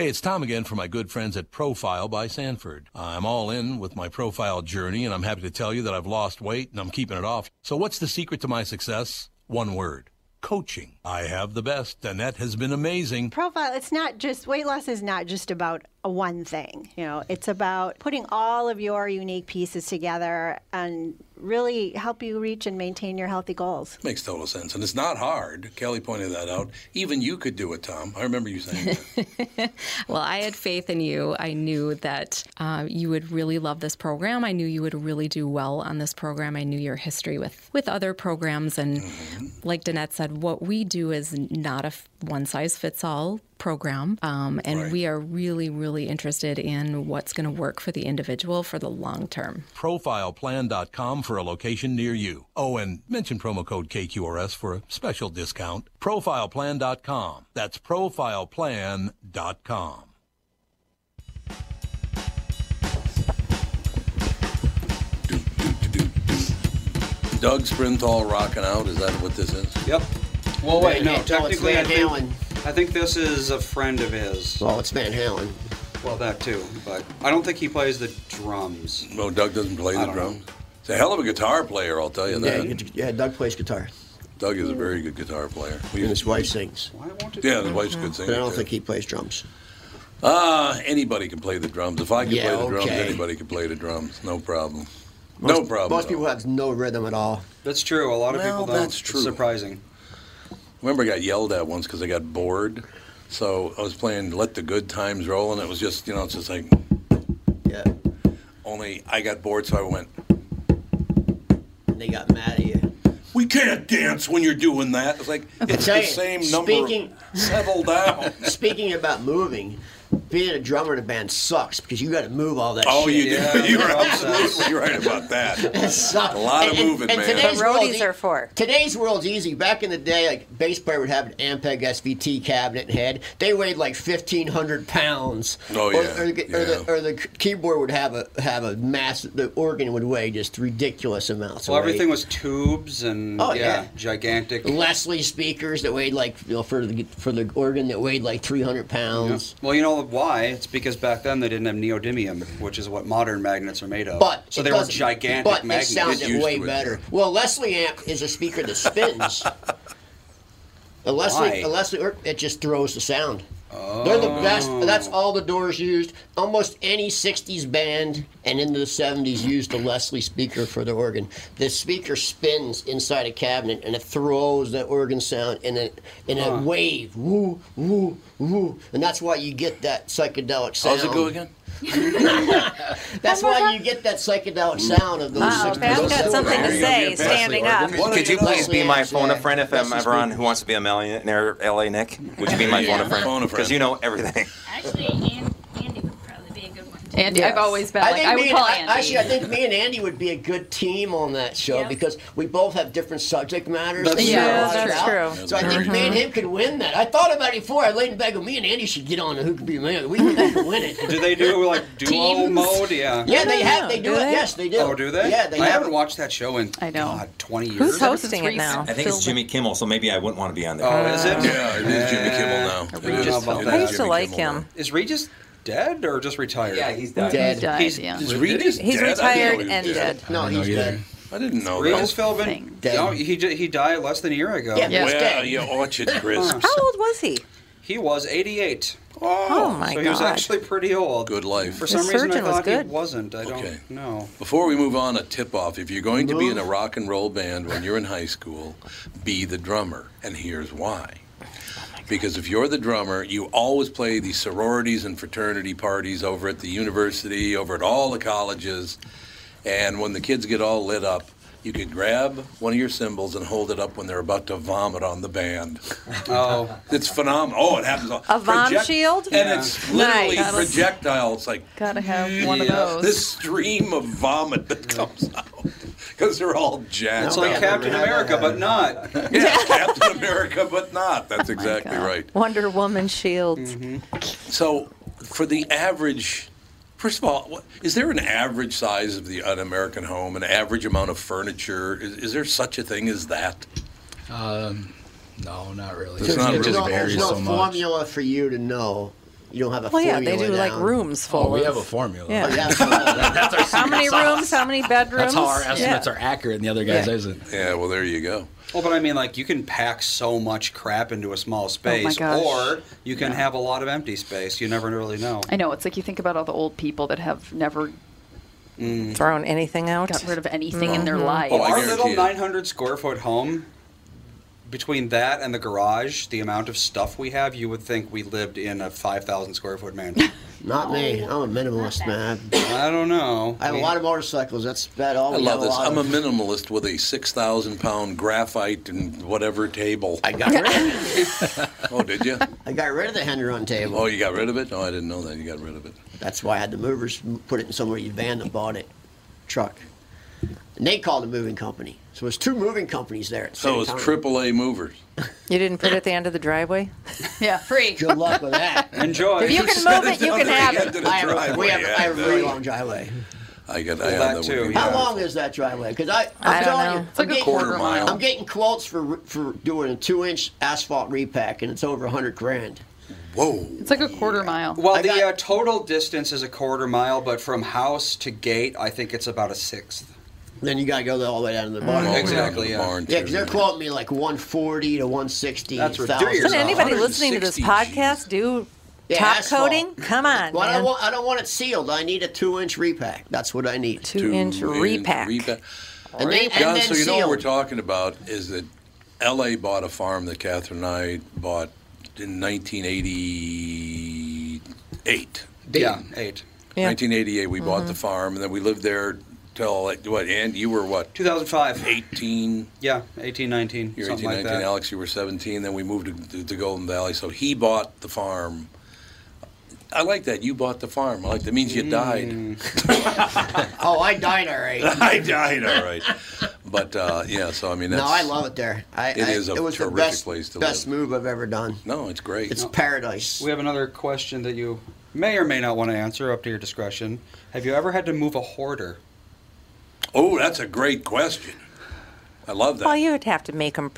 Hey, it's Tom again for my good friends at Profile by Sanford. I'm all in with my profile journey, and I'm happy to tell you that I've lost weight and I'm keeping it off. So, what's the secret to my success? One word coaching. I have the best. Danette has been amazing. profile it's not just weight loss is not just about a one thing you know it's about putting all of your unique pieces together and really help you reach and maintain your healthy goals Makes total sense. And it's not hard. Kelly pointed that out. Even you could do it, Tom. I remember you saying that. Well, I had faith in you. I knew that uh, you would really love this program. I knew you would really do well on this program. I knew your history with, with other programs. And like Danette said, what we do is not a one size fits all program. Um, and we are really, really interested in what's going to work for the individual for the long term. Profileplan.com for a location near you. Oh, and mention promo code KQRS for a special discount. Profileplan.com. That's profileplan.com. Doug Sprinthal rocking out. Is that what this is? Yep. Well, wait, no. Van- no, it's Technically, I Van think, Halen. I think this is a friend of his. Well, it's Van Halen. Well, that too, but I don't think he plays the drums. No, Doug doesn't play the drums. He's a hell of a guitar player, I'll tell you Yeah, that. you- yeah, Doug plays guitar. Doug is a very good guitar player. And his wife sings. Yeah, the wife's a good singer. But I don't too. think he plays drums. Ah, anybody can play the drums. If I can Yeah, play the drums, okay. anybody can play the drums. No problem. Most- no problem. Most at people have no rhythm at all. That's true. A lot of well, people don't. It's That's true. surprising. Remember, I got yelled at once because I got bored. So I was playing "Let the Good Times Roll," and it was just, you know, it's just like, yeah. Only I got bored, so I went. And they got mad at you. We can't dance when you're doing that. It's like it's the same number. Speaking, settle down. <laughs> speaking about moving, being a drummer in a band sucks because you got to move all that. Oh, shit. you <laughs> did. <laughs> You're absolutely right about that. It sucks. A lot of And- and- movement, and man. today's world e- are for. Today's world's easy. Back in the day, like bass player would have an Ampeg SVT cabinet and head. They weighed like fifteen hundred pounds. Oh, Or- yeah. Or, the, or, the, Yeah. or the keyboard would have a have a mass. The organ would weigh just ridiculous amounts. Well, of weight. everything was tubes and Oh, yeah, yeah. gigantic. Leslie speakers that weighed like you know, for the for the organ that weighed like three hundred pounds. Well, you know why? It's because back then they didn't have neodymium, which is what modern magnets are made of. But so it they were doesn't- gigantic But magnets. it sounded <laughs> way better. Well, Leslie amp is a speaker that spins. a Leslie, Why? a Leslie, or- it just throws the sound. They're Oh. the best. That's all the Doors used. Almost any '60s band and into the '70s used the Leslie speaker for the organ. The speaker spins inside a cabinet and it throws that organ sound in a in a Huh. wave. Woo, woo, woo, and that's why you get that psychedelic sound. How's it go again? That's why you get that psychedelic sound of those. Wow, 60s. Pat's got Those something to sounds. say standing up. Could you please be my phone a friend if I'm Leslie ever on Who Wants to Be a Millionaire LA Nick? Would you be my phone a Phone a friend? friend. Because you know everything. And I've always been I like, think I would me and- call I- Andy. Actually, I think me and Andy would be a good team on that show because we both have different subject matters. That's that we true. know a Yeah, lot that's about. true. So I think Very me and true. him could win that. I thought about it before. I laid in bed with me and Andy should get on Who Could Be a <laughs> Millionaire. We could win it. Do they do like duo Teams? mode? Yeah. Yeah, they have. They do, it. Yes, they do. <laughs> Oh, do they? Yeah, they I have. haven't watched that show in I know. God, 20 years. Who's hosting it now? I think it's Jimmy Kimmel, so maybe I wouldn't want to be on there. Oh, is it? Yeah, it is Jimmy Kimmel now. I It is. don't know about I that. used to like him. Is Regis dead or just retired? Yeah, he's dead. Dead. He's dead, He's, yeah. Is Regis He's dead? I didn't know he retired was and dead. No, I didn't he's know either. dead. I didn't know Regis that. Philbin. Dead. No, he ju- he died less than a year ago. Yeah, he's well, dead. you <laughs> orchard crisps. How old was he? He was 88. Oh, my So he was God. actually pretty old. Good life. For some His reason, I surgeon was thought good. he wasn't. I don't know. Before we move on, a tip off. If you're going to be in a Move. rock and roll band when you're in high school, be the drummer. And here's why. Because if you're the drummer, you always play the sororities and fraternity parties over at the university, over at all the colleges. And when the kids get all lit up, you can grab one of your cymbals and hold it up when they're about to vomit on the band. Oh, it's phenomenal. Oh, it happens. all- A vom shield? and Yeah. it's literally Nice. projectile. It's like Gotta have one of Mm, yeah, those. This stream of vomit that comes out <laughs> because they're all jacked. It's like up. Captain America, but not. <laughs> yeah, Captain America, but not. Oh That's exactly right. Wonder Woman shields. Mm-hmm. So, for the average, first of all, what, is there an average size of the an American home? An average amount of furniture? Is, is there such a thing as that? Um, no, not really. It's not it really. just There's varies no so much. formula for you to know You don't have a Well, yeah, formula they do like down. rooms Oh, full. of, Yeah. Oh, yeah. how many rooms? How many bedrooms? That's how our estimates yeah. are accurate, and the other guys Yeah. isn't. Yeah, well, there you go. Well, but I mean, like you can pack so much crap into a small space, gosh. or you can have a lot of empty space. You never really know. I know. It's like you think about all the old people that have never Mm. thrown anything out, Mm-hmm. got rid of anything in their Mhm. life. Oh, Our little 900 square foot home, between that and the garage, the amount of stuff we have, you would think we lived in a 5,000 square foot mansion. Not me. I'm a minimalist, man. I don't know. I have a lot of motorcycles. That's that all. I we love have this. lot I'm a of. minimalist with a 6,000 pound graphite and whatever table. I got rid of <laughs> it. oh, did you? I got rid of the Henron table. Oh, you got rid of it? Oh, I didn't know that. You got rid of it. That's why I had the movers put it in somebody's van that bought it, truck. And they called a moving company. So it's two moving companies there. At the So same it was time. AAA movers. You didn't put it at the end of the driveway. <laughs> yeah, free. Good luck <laughs> with that. Enjoy. If you can move it, you can have <laughs> it. I have, a- we have, I have a really long driveway. I got Well, I that have too, one. How long is that driveway? Because I, I'm I don't telling know. you, It's like I'm a quarter mile. I'm getting quotes for for doing a two-inch asphalt repack, and it's over a hundred grand. Whoa! It's like a quarter mile. Well, the uh, total distance is a quarter mile, but from house to gate, I think it's about a sixth. Then you gotta go Mm. all the way down to the barn. Exactly. Yeah. Yeah, because they're quoting me like 140 to 160. That's thousand. ridiculous. Doesn't anybody listening to this podcast do Yeah, top asphalt. coating? Come on, Well, I man. don't want I don't want it sealed. I need a two-inch repack. That's what I need. Two-inch Two-inch repack. repack. And they, and John, then so you know what sealed. we're talking about is that L.A. bought a farm that Catherine and I bought in 1988. Yeah, eight. Yeah. 1988, we bought the Mm-hmm. farm, and then we lived there till like what? And you were what? 2005. 18. Yeah, 18, 19. You're 18, something like 19. that. Alex, you were 17. Then we moved to, to Golden Valley. So he bought the farm. I like that. You bought the farm. I like that. means you Mm. died. Oh, I died already. <laughs> I died, all right. But uh, yeah, so I mean, that's. no, I love it there. I, It I- is a it was terrific the best, place to best live. move I've ever done. No, it's great. It's paradise. We have another question that you may or may not want to answer, up to your discretion. Have you ever had to move a hoarder? Oh, that's a great question. I love Well, you would have to make them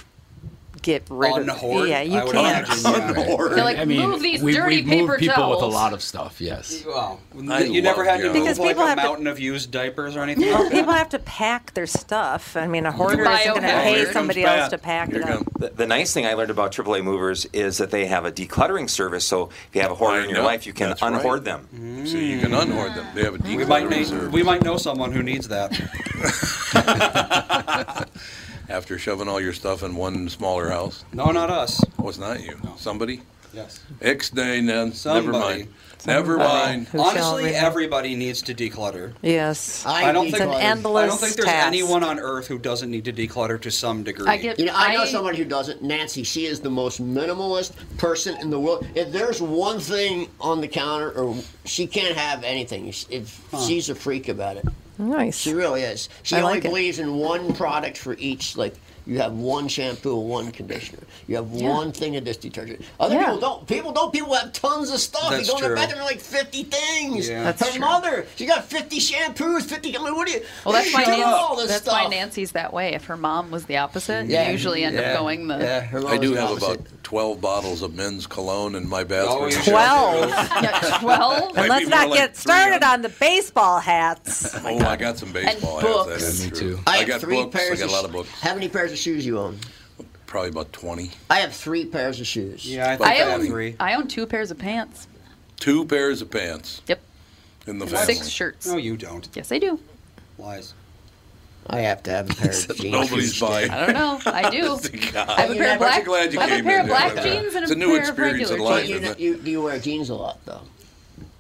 get rid of. Unhoard? Yeah, you I would can't. imagine, yeah. Unhoard. They're like, I mean, "Move these we've, dirty we've moved paper people with towels." a lot of stuff. Yes. Wow. I you never love had to you. move Because like people a have to- mountain of used diapers or anything? like that? People have to pack their stuff. I mean, a hoarder buy isn't a going to hoarder. pay Here comes somebody Pat. else to pack it up. The, the nice thing I learned about AAA movers is that they have a decluttering service. So if you have a hoarder in your know. life, you can That's right. unhoard them. So you can unhoard them. They have a Mm. we, declutter might need, reserve. we might know someone who needs <laughs> that. After shoving all your stuff in one smaller house. No, not us. Oh, it's not you. Somebody? Yes. X day, then. Never Somebody. Uh, mind. Never mind. Honestly, everybody needs to declutter. Yes. I don't it's think an I endless don't think there's task. anyone on earth who doesn't need to declutter to some degree. you know, I, know I- someone who doesn't. Nancy, she is the most minimalist person in the world. If there's one thing on the counter, or she can't have anything. If she's a freak about it, nice. She really is. She I only like it. believes in one product for each. Like you have one shampoo, one conditioner. You have Yeah. one thing of dish detergent. Other Yeah. people don't. People don't. People have tons of stuff. That's you go in true. the bathroom, like fifty things. Yeah. That's Her true. mother, she got fifty shampoos, fifty. I mean, what do you? Well, that's she why does Nancy, all this that's stuff. why Nancy's that way. If her mom was the opposite, Yeah. you usually end Yeah. up going the. Yeah, her I do mom's have opposite. about 12 bottles of men's cologne in my bathroom. Oh, you Yeah, <laughs> Twelve. And let's not get started on the baseball hats. Oh, I got some baseball And hats. books. That is Me true. too. I I have got three books. I pairs got of a lot sh- of books. How many pairs of shoes you own? Probably about 20. I have three pairs of shoes. Yeah, I own, I own two pairs of pants. Two pairs of pants. Yep. In the And family. six shirts. No, you don't. Yes, I do. Lies. I have to <laughs> have a pair of jeans. Nobody's buying. I don't know. I do. <laughs> <laughs> I have a You pair of never- black, glad you I have a came pair in of there black with that. jeans and It's a, a new pair of experience regular in life, jeans. You, isn't it? you, do you wear jeans a lot though?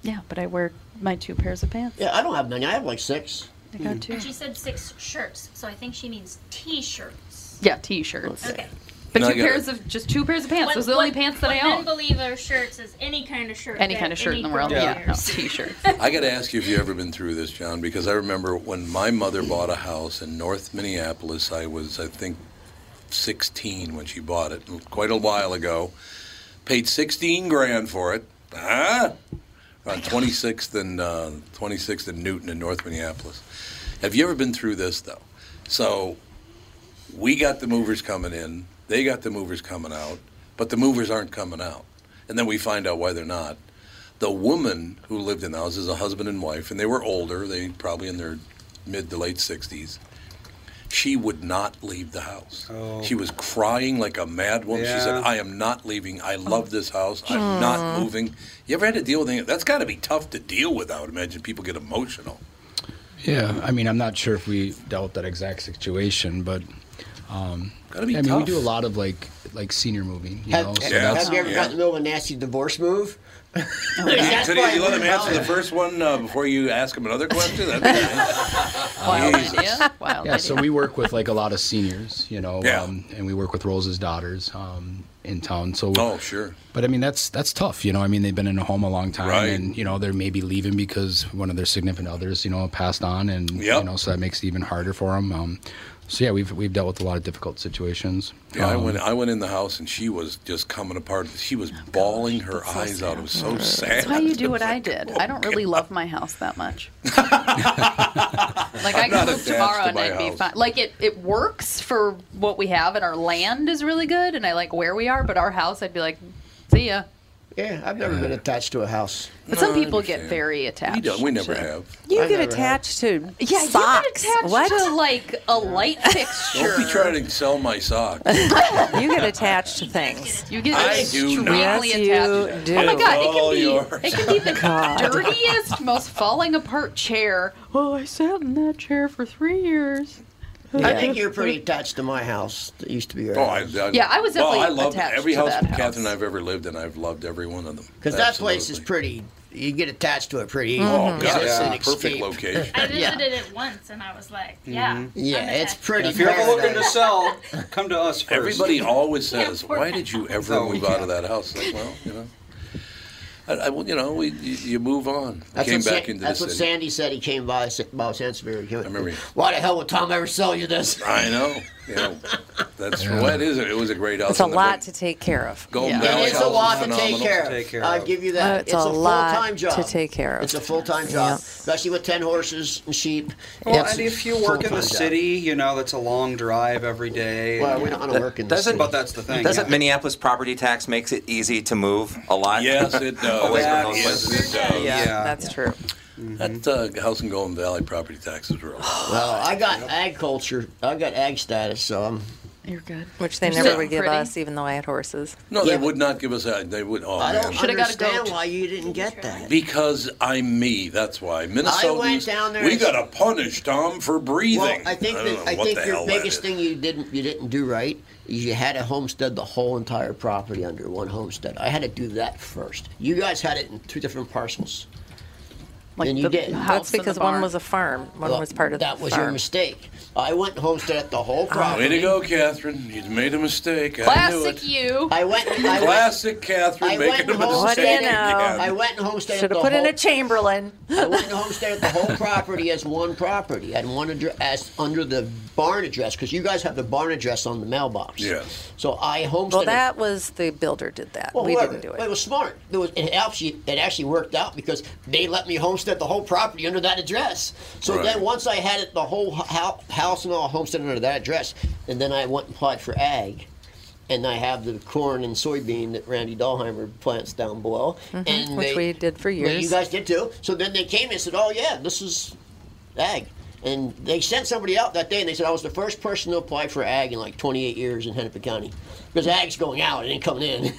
Yeah, but I wear my two pairs of pants. Yeah, I don't have many. I have like six. I got two. But she said six shirts, so I think she means t-shirts. Yeah, t-shirts. Okay. But Now I two got pairs it. of just two pairs of pants. What- Those are the what- only pants that what I men own. believe are shirts is any kind of shirt. Any that kind of shirt any in the world. girl Yeah, no, <laughs> wears. t-shirts. I got to ask you if you've ever been through this, John, because I remember when my mother bought a house in North Minneapolis. I was, I think, 16 when she bought it, quite a while ago. Paid 16 grand for it. Huh? On 26th and uh, 26th and Newton in North Minneapolis. Have you ever been through this though? So we got the movers coming in, they got the movers coming out, but the movers aren't coming out, and then we find out why they're not. The woman who lived in the house is a husband and wife, and they were older. They probably in their mid to late sixties. She would not leave the house. Oh. She was crying like a mad woman. She said, Yeah. "I am not leaving. Oh. I love this house. I'm not Aw. moving." You ever had to deal with anything? That's got to be tough to deal with. I would imagine people get emotional. Yeah, I mean, I'm not sure if we dealt with that exact situation, but um, Gotta be I mean, we tough. do a lot of like like senior moving. You know, Have, so have that's- you ever gotten in the middle of a nasty divorce move? <laughs> <laughs> That's Did Oh, you why- let him answer the first one uh, before you ask him another question? <laughs> That's- Jesus. yeah, so we work with like a lot of seniors, you know, Yeah. um, and we work with Rose's daughters um, in town. So Oh, sure. But I mean, that's that's tough, you know. I mean, they've been in a home a long time, Right. and you know, they're maybe leaving because one of their significant others, you know, passed on, and Yep. you know, so that makes it even harder for them. Um, so yeah, we've we've dealt with a lot of difficult situations. Yeah, I Um, went. I went in the house, and she was just coming apart. She Oh, was bawling her eyes out. It was so sad. That's why you <laughs> do what I did. I don't really love my house that much. like I I'm not could move attached tomorrow to and my I'd be house. fine. Like it, it works for what we have, and our land is really good, and I like where we are. But our house, I'd be like, see ya. Yeah, I've never been attached to a house. But some people get very attached. We don't- we never have. You I get never attached to Yeah, socks. you get attached what? to like a light <laughs> fixture. Don't be trying to sell my sock. <laughs> you get attached to things. <laughs> You get I do not. yes, extremely you do. Oh my god, it All can be yours. it can be the God. dirtiest, most falling apart chair. Oh, I sat in that chair for three years. I think you're pretty attached to my house. That used to be your Oh, I, house. I, Yeah, I was well, definitely I loved attached every to house that Catherine and I've ever lived in. I've loved every one of them. Because that place is pretty. You get attached to it pretty Mm-hmm. easy. Oh, It's God, just it's an a perfect escape. <laughs> location. I visited it once and I was like, yeah. Mhm. <laughs> Yeah, I'm it's attached. pretty. If you're ever looking to paradise. sell, come to us first. Everybody always says, Yeah, poor "Why did you ever Oh, move out of that house?" Like, well, you know, I, I well, you know, we, you, you move on. I That's came what back Sa- into That's the what city. Sandy said. He came by Sa- Bob Sansbury. I remember. Why the hell would Tom ever sell you this? I know. You know, that's Yeah. what it is. It was a great house. It's a and the lot to take care of. Golden It Valley is a house lot was to take phenomenal. care of. I'll give you that. Uh, it's, it's a, a lot full-time job to take care of. It's a full-time job, especially with ten horses and sheep. Well, It's and if you work in full-time the job. city, you know that's a long drive every day. Well, we don't wanna work in the doesn't- city. But that's the thing. Doesn't yeah. Minneapolis property tax makes it easy to move a lot? <laughs> Yes, it does. Away That from those is- places. it does. Yeah, Yeah. that's true. That uh, house in Golden Valley property taxes were. <gasps> Well, I got ag culture. I got ag status, so I'm. You're good. Which they Is never that would give pretty? us, even though I had horses. No, they would not give us that. They would. Oh, I man. don't understand why you didn't get that. Because I'm me. That's why. Minnesotans. I went down there we and- got to punish Tom for breathing. Well, I think don't that, know I what think the your hell that biggest is. thing you didn't you didn't do right is you had to homestead the whole entire property under one homestead. I had to do that first. You guys had it in two different parcels. and you didn't. That's because one was a farm, one Well, was part of that the was farm. Uh-huh. your mistake. I went and homesteaded the whole property. Way to go, Catherine. You made a mistake. I knew it. Classic you. I went. I <laughs> went. Classic Catherine I went making a and homesteaded. mistake. <laughs> again. I went and homesteaded Should the have put whole. in a Chamberlain. I went and homesteaded the whole property as one property and one address under the barn address because you guys have the barn address on the mailbox. Yes. So I Well, homesteaded. that was the builder did that. Well, we whoever- didn't do It it. was smart. It, was, it actually it actually worked out because they let me homestead the whole property under that address. So Right. then once I had it, the whole ho- house and all homesteaded under that address, and then I went and applied for ag, and I have the corn and soybean that Randy Dahlheimer plants down below, Mhm, and which they- we did for well, You years. guys did too. So then they came and said, "Oh yeah, this is ag." And they sent somebody out that day, and they said I was the first person to apply for ag in like 28 years in Hennepin County, because ag's going out; it ain't coming in.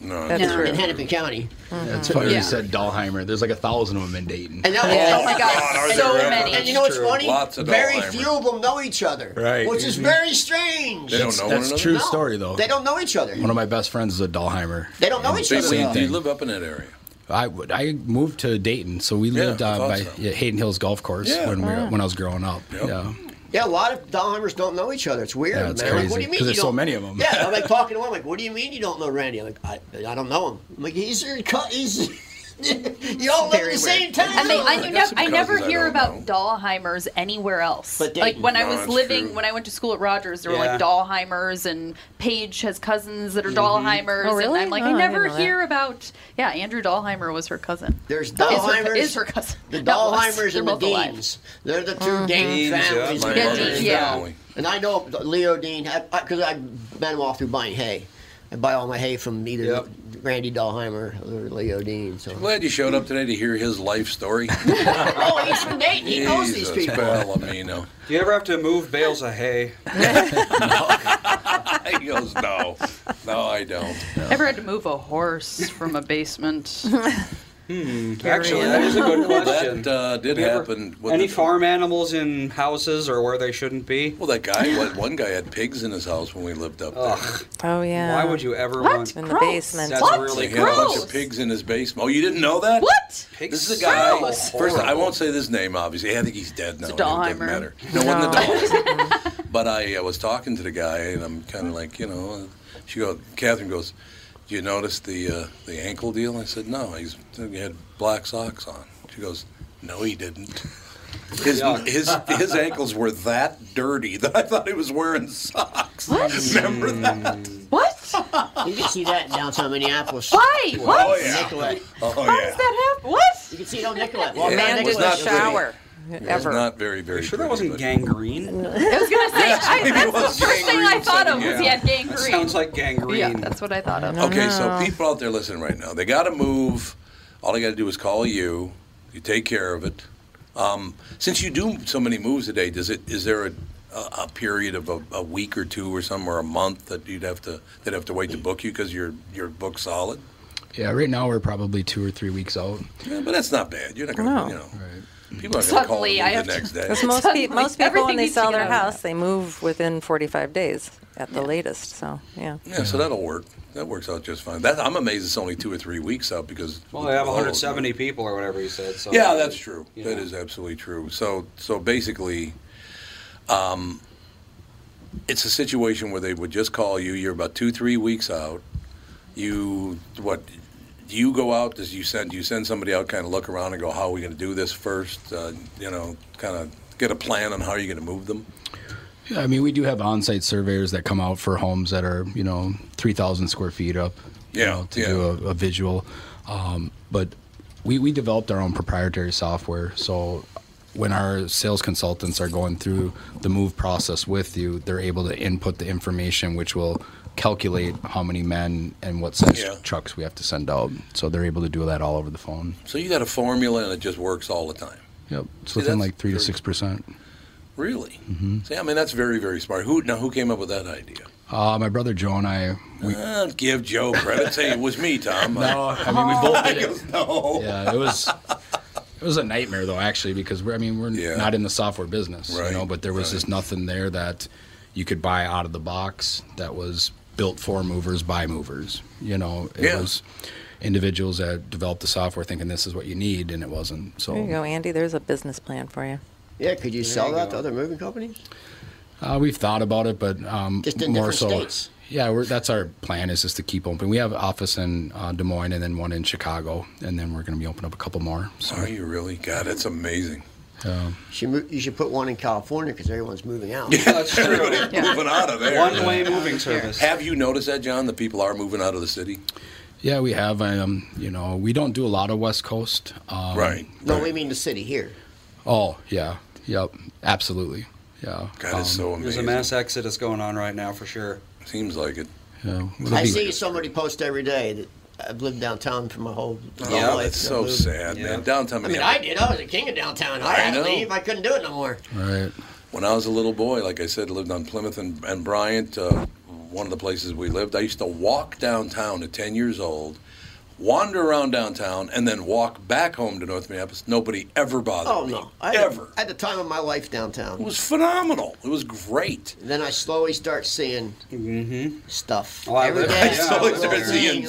No, <laughs> in, in Hennepin County. <laughs> That's funny you said Dahlheimer. There's like a thousand of them in Dayton. And that was, Yeah. oh my God, are so there ever? many. And That's you know what's true. funny? Lots of very Alzheimer's. few of them know each other, Right. Which is Mhm. very strange. They don't know That's one true another? story, though. They don't know each other. One of my best friends is a Dahlheimer. Um, They don't know And each same other. thing. Do you live up in that area? I, would- I moved to Dayton, so we lived I uh, thought by so. yeah, Hayden Hills Golf Course Yeah. when we were, Wow. when I was growing up. Yeah. Yeah, a lot of Dahlheimers don't know each other. It's weird, Yeah, it's man. Like, what crazy, do you mean? 'cause you there's so don't- many of 'em. Yeah, I'm <laughs> like talking to one, I'm like, what do you mean you don't know Randy? I'm like, I, I don't know him. I'm like, he's your cut. He's <laughs> you all live in the same town. And they, I, you nev- I never hear about. about Dahlheimers anywhere else. But they- like when I No, was it's living, true. when I went to school at Rogers, there were Yeah. like Dahlheimers and Paige has cousins that are Mhm. Dahlheimers. Oh, And really? I'm like, Oh, I I didn't never know that. hear about. Yeah, Andrew Dahlheimer was her cousin. There's Is her- Dahlheimers. Is her cousin. <laughs> The Not was. Dahlheimers They're and the both alive. Deans. They're the 2 Mm-hmm. Mhm. Dean Deans, yeah. families. My in mother's Dean, family. And I know Leo Dean because I, I, met him all through buying hay. I buy all my hay from either Randy Dahlheimer or Leo <laughs> Dean. So. Glad you showed up today to hear his life story. <laughs> oh, he's from Dayton. He knows these Jesus, people. Palomino. Do you ever have to move bales of <laughs> hay? he goes, no. No, I don't. Ever had to move a horse from a <laughs> basement? Hmm. Carry Actually, on. that is a good That, question. uh, did You ever- happen with Any the- farm animals in houses or where they shouldn't be? Well, that guy, what, one guy had pigs in his house when we lived up there. Oh yeah. Why would you ever What? want In the Gross. basement. That's What? really They had a bunch gross. of pigs in his basement. Oh, you didn't know that? What? This is a guy. Gross. First, I won't say this name, obviously. I think he's dead now. It's a It doesn't Dahlheimer. matter. No, it wasn't a Dahlheimer. but I, uh was talking to the guy, and I'm kind of like, you know, uh, she goes, Catherine goes, "Do you notice the uh, the ankle deal?" I said, "No, he's he had black socks on." She goes, "No, he didn't." His, Yuck. his his ankles were that dirty that I thought he was wearing socks. What? Remember that? What? you can see that in downtown Minneapolis. Why? What? Oh, yeah. Nicolette. Oh How does that happen? What? You can see it on Nicolette. Yeah, it was not pretty. It was Ever. not very, very. Oh, sure that wasn't gangrene? I was gonna say I, maybe it that's was the first thing I gangrene thought of something, was he yeah. had gangrene. That sounds like gangrene. Yeah, that's what I thought of. Okay, so people out there listening right now, they got to move. All they got to do is call you. You take care of it. Um, since you do so many moves a day, does it? Is there a, a, a period of a, a week or two or something, or a month that you'd have to they'd have to wait to book you because you're you're booked solid? Yeah, right now we're probably two or three weeks out. Yeah, but that's not bad. You're not gonna, No. you know, people are gonna call Suddenly, you I the have to- next day. Because most, Suddenly pe- most people, everything when they needs to sell get their out of house, they move within 45 days at the latest. So, yeah. Yeah, so that'll work. That works out just fine. That, I'm amazed it's only two or three weeks out because Well, they have Oh, 170 people or whatever you said. So yeah, that's true. you That know. is absolutely true. So, so basically, um, it's a situation where they would just call you. You're about two, three weeks out. You what? Do you go out? Does you send? Do you send somebody out? Kind of look around and go, "How are we going to do this first? Uh, you know, kind of get a plan on how you're going to move them. Yeah, I mean, we do have on-site surveyors that come out for homes that are, you know, 3,000 square feet up. Yeah, to do a, a visual. Um, but we, we developed our own proprietary software. So when our sales consultants are going through the move process with you, they're able to input the information, which will calculate how many men and what size Yeah. trucks we have to send out. So they're able to do that all over the phone. So you got a formula, and it just works all the time. Yep, it's See, within that's like three to six percent. Really? Mm-hmm. hmm See, I mean, that's very, very smart. Who now? Who came up with that idea? Uh, my brother Joe and I, we, Uh, give Joe credit. Say it was me, Tom. No, I mean, we both did it. <laughs> I goes, no. yeah, Uh, it was it was a nightmare though actually because we're I mean we're not in the software business, Right, you know, but there was just nothing there that you could buy out of the box that was built for movers by movers. You know, it Yeah. was individuals that developed the software thinking this is what you need and it wasn't. So There you go, Andy. There's a business plan for you. Yeah, could you sell that to other moving companies? Uh, we've thought about it, but um, Just in more different so. states. Yeah, we're, that's our plan is just to keep open. We have an office in uh, Des Moines and then one in Chicago, and then we're going to be opening up a couple more. So, Are you really? God, <laughs> that's amazing. um, She mo- you should put one in California because everyone's moving <laughs> out. <laughs> Everybody's moving out of there. One-way moving service. Have you noticed that, John? The people are moving out of the city. yeah, we have. Um, you know, we don't do a lot of West Coast. Um, Right. No, we mean the city here. Oh yeah. Yep. Absolutely. Yeah. God, it's Um, There's a mass exodus going on right now for sure. Seems like it. Yeah. I see somebody post every day that I've lived downtown for my whole, whole Yeah, life. that's and I so moved. sad, man. Downtown I mean, I did. I was a king of downtown. I, I had to know. leave. I couldn't do it no more. Right. When I was a little boy, like I said, lived on Plymouth and, and Bryant, uh, one of the places we lived. I used to walk downtown at 10 years old, wander around downtown, and then walk back home to North Minneapolis. Nobody ever bothered Oh me. no, I ever. At the time of my life downtown, it was phenomenal. It was great. then I slowly start seeing Mm-hmm. stuff. I Every lived- <laughs> day, I see slowly a started little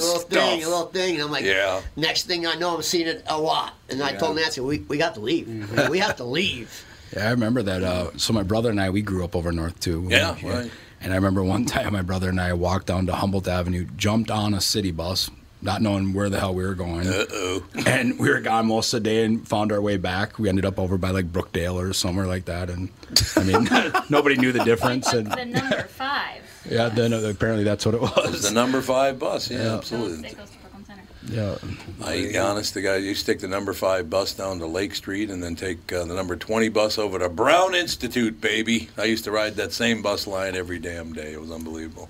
seeing thing, a little thing, a stuff. little thing, and I'm like, Yeah. Next thing I know, I'm seeing it a lot. And I Yeah. Mm-hmm. told Nancy, we, we got to leave. We have to leave. <laughs> Yeah, I remember that. Uh, so my brother and I, we grew up over north too. <laughs> Yeah, We- right. And I remember one <laughs> time my brother and I walked down to Humboldt Avenue, jumped on a city bus, not knowing where the hell we were going. Uh oh. And we were gone most of the day and found our way back. We ended up over by like Brookdale or somewhere like that. And I mean, <laughs> nobody knew the difference. And The number <laughs> five. yeah, then uh, apparently that's what it It was was. the number five bus. Yeah, Yeah. absolutely. That goes to Brooklyn Center. <laughs> Yeah. I honest to God, you stick the number five bus down to Lake Street and then take uh, the number twenty bus over to Brown Institute, baby. I used to ride that same bus line every damn day. It was unbelievable.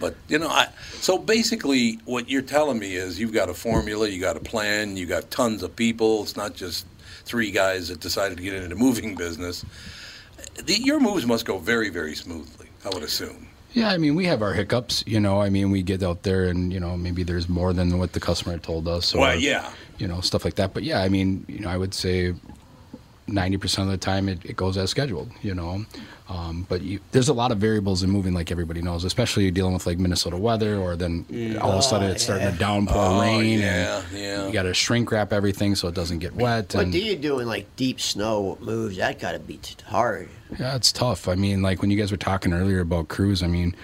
But you know, I, so basically, what you're telling me is you've got a formula, you got a plan, you got tons of people. It's not just three guys that decided to get into the moving business. The, your moves must go very, very smoothly. I would assume. Yeah, I mean, we have our hiccups, you know. I mean, we get out there and, you know, maybe there's more than what the customer told us. Well, yeah. You know, stuff like that. But yeah, I mean, you know, I would say 90% of the time it, it goes as scheduled, you know. Um, but you, there's a lot of variables in moving, like everybody knows, especially dealing with like Minnesota weather, or then all of a sudden it's starting to downpour Oh, rain. yeah, and yeah. You got to shrink wrap everything so it doesn't get wet. What and- do you do in like deep snow moves? That gotta be t- hard. Yeah, it's tough. I mean, like when you guys were talking earlier about crews, I mean,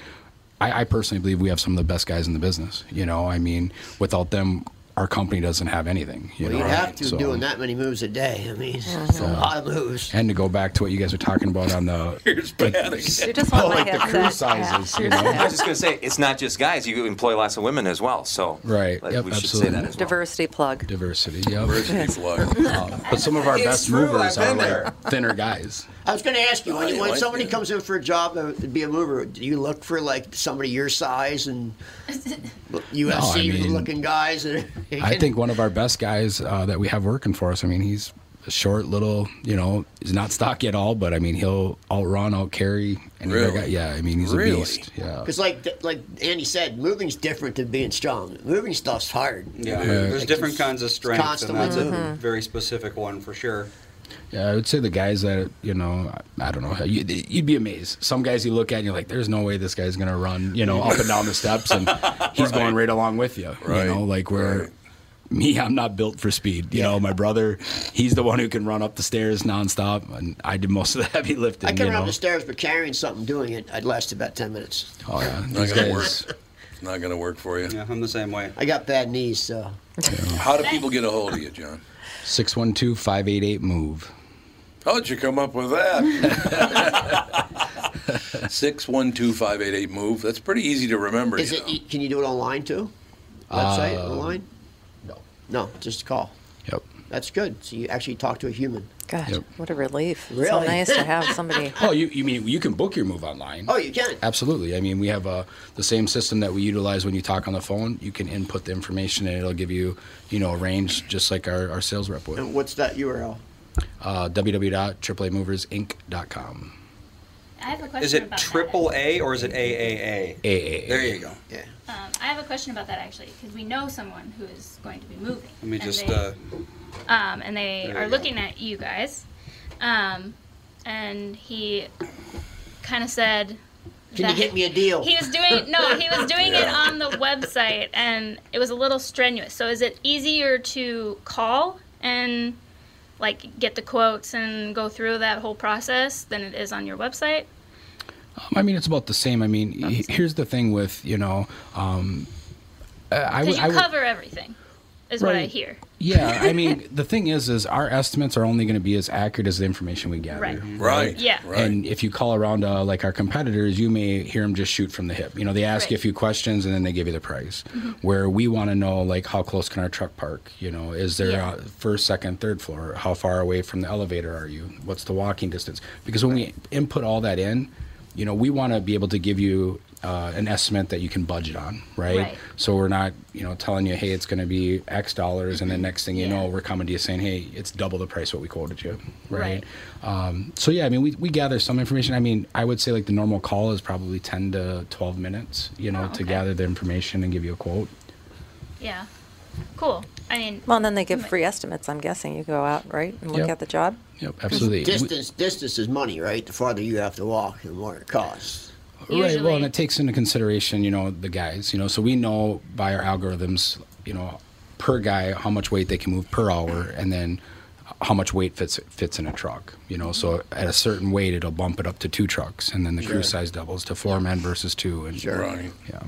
I, I personally believe we have some of the best guys in the business. You know, I mean, without them, our company doesn't have anything. You well, know, you'd have to So- doing that many moves a day. I mean, <laughs> it's a Yeah. lot of moves. And to go back to what you guys were talking about on the like, You just well, want my like the headset. crew sizes, Yeah. you know. I was just going to say, it's not just guys. You employ lots of women as well. So Right. like, Yep, we absolutely. should say that as well. <laughs> Diversity plug. diversity. Yeah, Diversity plug. Uh, but some of our It's best true, movers I've are been there. like thinner guys. I was going to ask you Oh, when, yeah, you, when like somebody comes in for a job uh, to be a mover, do you look for like somebody your size and UFC mean- looking guys? that- <laughs> I think one of our best guys uh, that we have working for us. I mean, he's a short, little, you know, he's not stocky at all, but I mean, he'll outrun, out carry. Really? Yeah, I mean, he's Really? a beast. Yeah. Because like th- like Andy said, moving's different than being strong. Moving stuff's hard. Yeah, Yeah. there's Like, different it's- kinds of it's strength, and constantly Mm-hmm. that's a moving. very specific one for sure. Yeah, I would say the guys that you know, I I don't know, how you, you'd be amazed. Some guys you look at and you're like, "There's no way this guy's gonna run," you know, up and down <laughs> the steps, and <laughs> he's going right along with you. Right. You know, like where me, I'm not built for speed. You know, my brother, he's the one who can run up the stairs nonstop, and I did most of the <laughs> heavy lifting. I can you run know? up the stairs, but carrying something, doing it, I'd last about ten minutes. Oh yeah, Not these gonna guys. work. It's not gonna work for you. Yeah, I'm the same way. I got bad knees, so How do people get a hold of you, John? 612-588 move. How'd you come up with that? Six one two five eight eight move. That's pretty easy to remember. is you it? know. e- Can you do it online too? Website Uh, online? No, no, just call. Yep. That's good. So you actually talk to a human. God, Yep. what a relief. So Really? nice to have somebody. Oh, you, you mean you can book your move online? Oh, you can. Absolutely. I mean, we have uh, the same system that we utilize when you talk on the phone. You can input the information and it'll give you, you know, a range just like our, our sales rep would. And what's that URL? Uh, www.aaamoversinc.com. I have a question Is it about triple A or is it AAA? AAA. There you go. Yeah. that. Um, I have a question about that actually, because we know someone who is going to be moving. Let me and just. they- Uh, um, and they There are you go. looking at you guys. Um, and he kind of said, Can you that- get me a deal? He was <laughs> doing no, he was doing it Yeah. on the website, and it was a little strenuous. So, is it easier to call and like get the quotes and go through that whole process than it is on your website? Um, I mean, it's about the same. I mean, he- here's the thing with, you know, um, I, I Because would. you I would- cover everything, is what I Right. hear. yeah, <laughs> I mean, the thing is, is our estimates are only going to be as accurate as the information we gather. Right. Right. Yeah. And if you call around uh, like our competitors, you may hear them just shoot from the hip. You know, they ask you a Right. few questions and then they give you the price. Mhm. Where we want to know like how close can our truck park? You know, is there Yeah. a first, second, third floor? How far away from the elevator are you? What's the walking distance? Because when we input all that in, you know, we want to be able to give you uh, an estimate that you can budget on, right? Right. So we're not, you know, telling you, hey, it's going to be X dollars, Mm-hmm. and then next thing you know, we're coming to you saying, hey, it's double the price what we quoted you, right? Um, so yeah, I mean, we, we gather some information. I mean, I would say like the normal call is probably ten to twelve minutes, you know, Oh, to okay. gather the information and give you a quote. Yeah. Cool. I mean, Well, and then they give free estimates, I'm guessing. You go out, right, and look Yep. at the job? Yep, absolutely. Distance, distance is money, right? The farther you have to walk, the more it costs. Right. Well, and it takes into consideration, you know, the guys, you know, so we know by our algorithms, you know, per guy how much weight they can move per hour, and then how much weight fits fits in a truck. You know, so at a certain weight, it'll bump it up to two trucks, and then the Sure. crew size doubles to four men versus two. And Sure. Right. Yeah.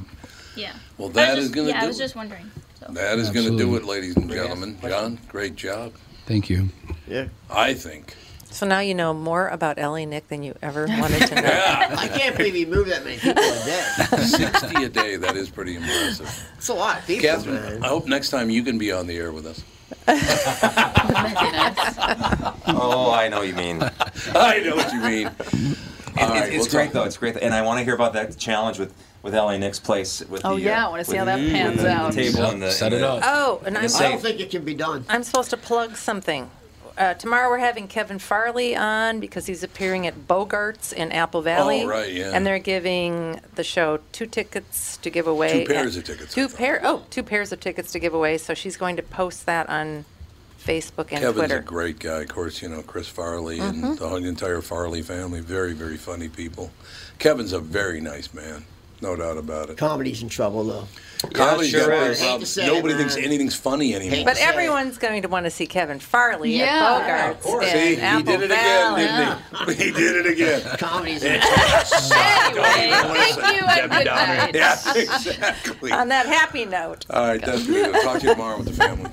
yeah. I Well, was that just- is gonna Yeah, I do was it. just wondering. So. That is going to do Absolutely. it, ladies and gentlemen. John, great job. Thank you. Yeah. I think. So now you know more about Ellie Nick than you ever wanted <laughs> to know. I can't believe he moved that many people a day. <laughs> 60 a day, that is pretty impressive. It's a lot of people. Catherine, I hope next time you can be on the air with us. Oh, I know what you mean. I know what you mean. It- All it- right, it's we'll great talk- though. It's great, and I want to hear about that challenge with with LA Nick's place. With Oh, the, yeah, I uh, wanna see with how that the- with pans the out. Table Yep, and the, set and it the- up. Oh, and the I- I safe. don't think it can be done. I'm supposed to plug something. Uh, tomorrow we're having Kevin Farley on because he's appearing at Bogart's in Apple Valley. Oh, right, yeah. And they're giving the show two tickets to give away. Two pairs Yeah. of tickets, I Two pair. Oh, two pairs of tickets to give away. So she's going to post that on Facebook and Kevin's Twitter. a great guy. Of course, you know, Chris Farley and Mhm. the whole entire Farley family. Very, very funny people. Kevin's a very nice man. No doubt about it. Comedy's in trouble, though. Comedy's sure got big is. Hate to problems. say it, Nobody man. thinks anything's funny anymore. But everyone's going to want to see Kevin Farley Yeah. at Of Bogart's course. in See, he Apple did it again, Valley. didn't <laughs> he? He did it again. <laughs> Comedy's in Thank you and good night. <laughs> Yeah, exactly. on that happy note. All right, that's good. I'll talk to you tomorrow with the family.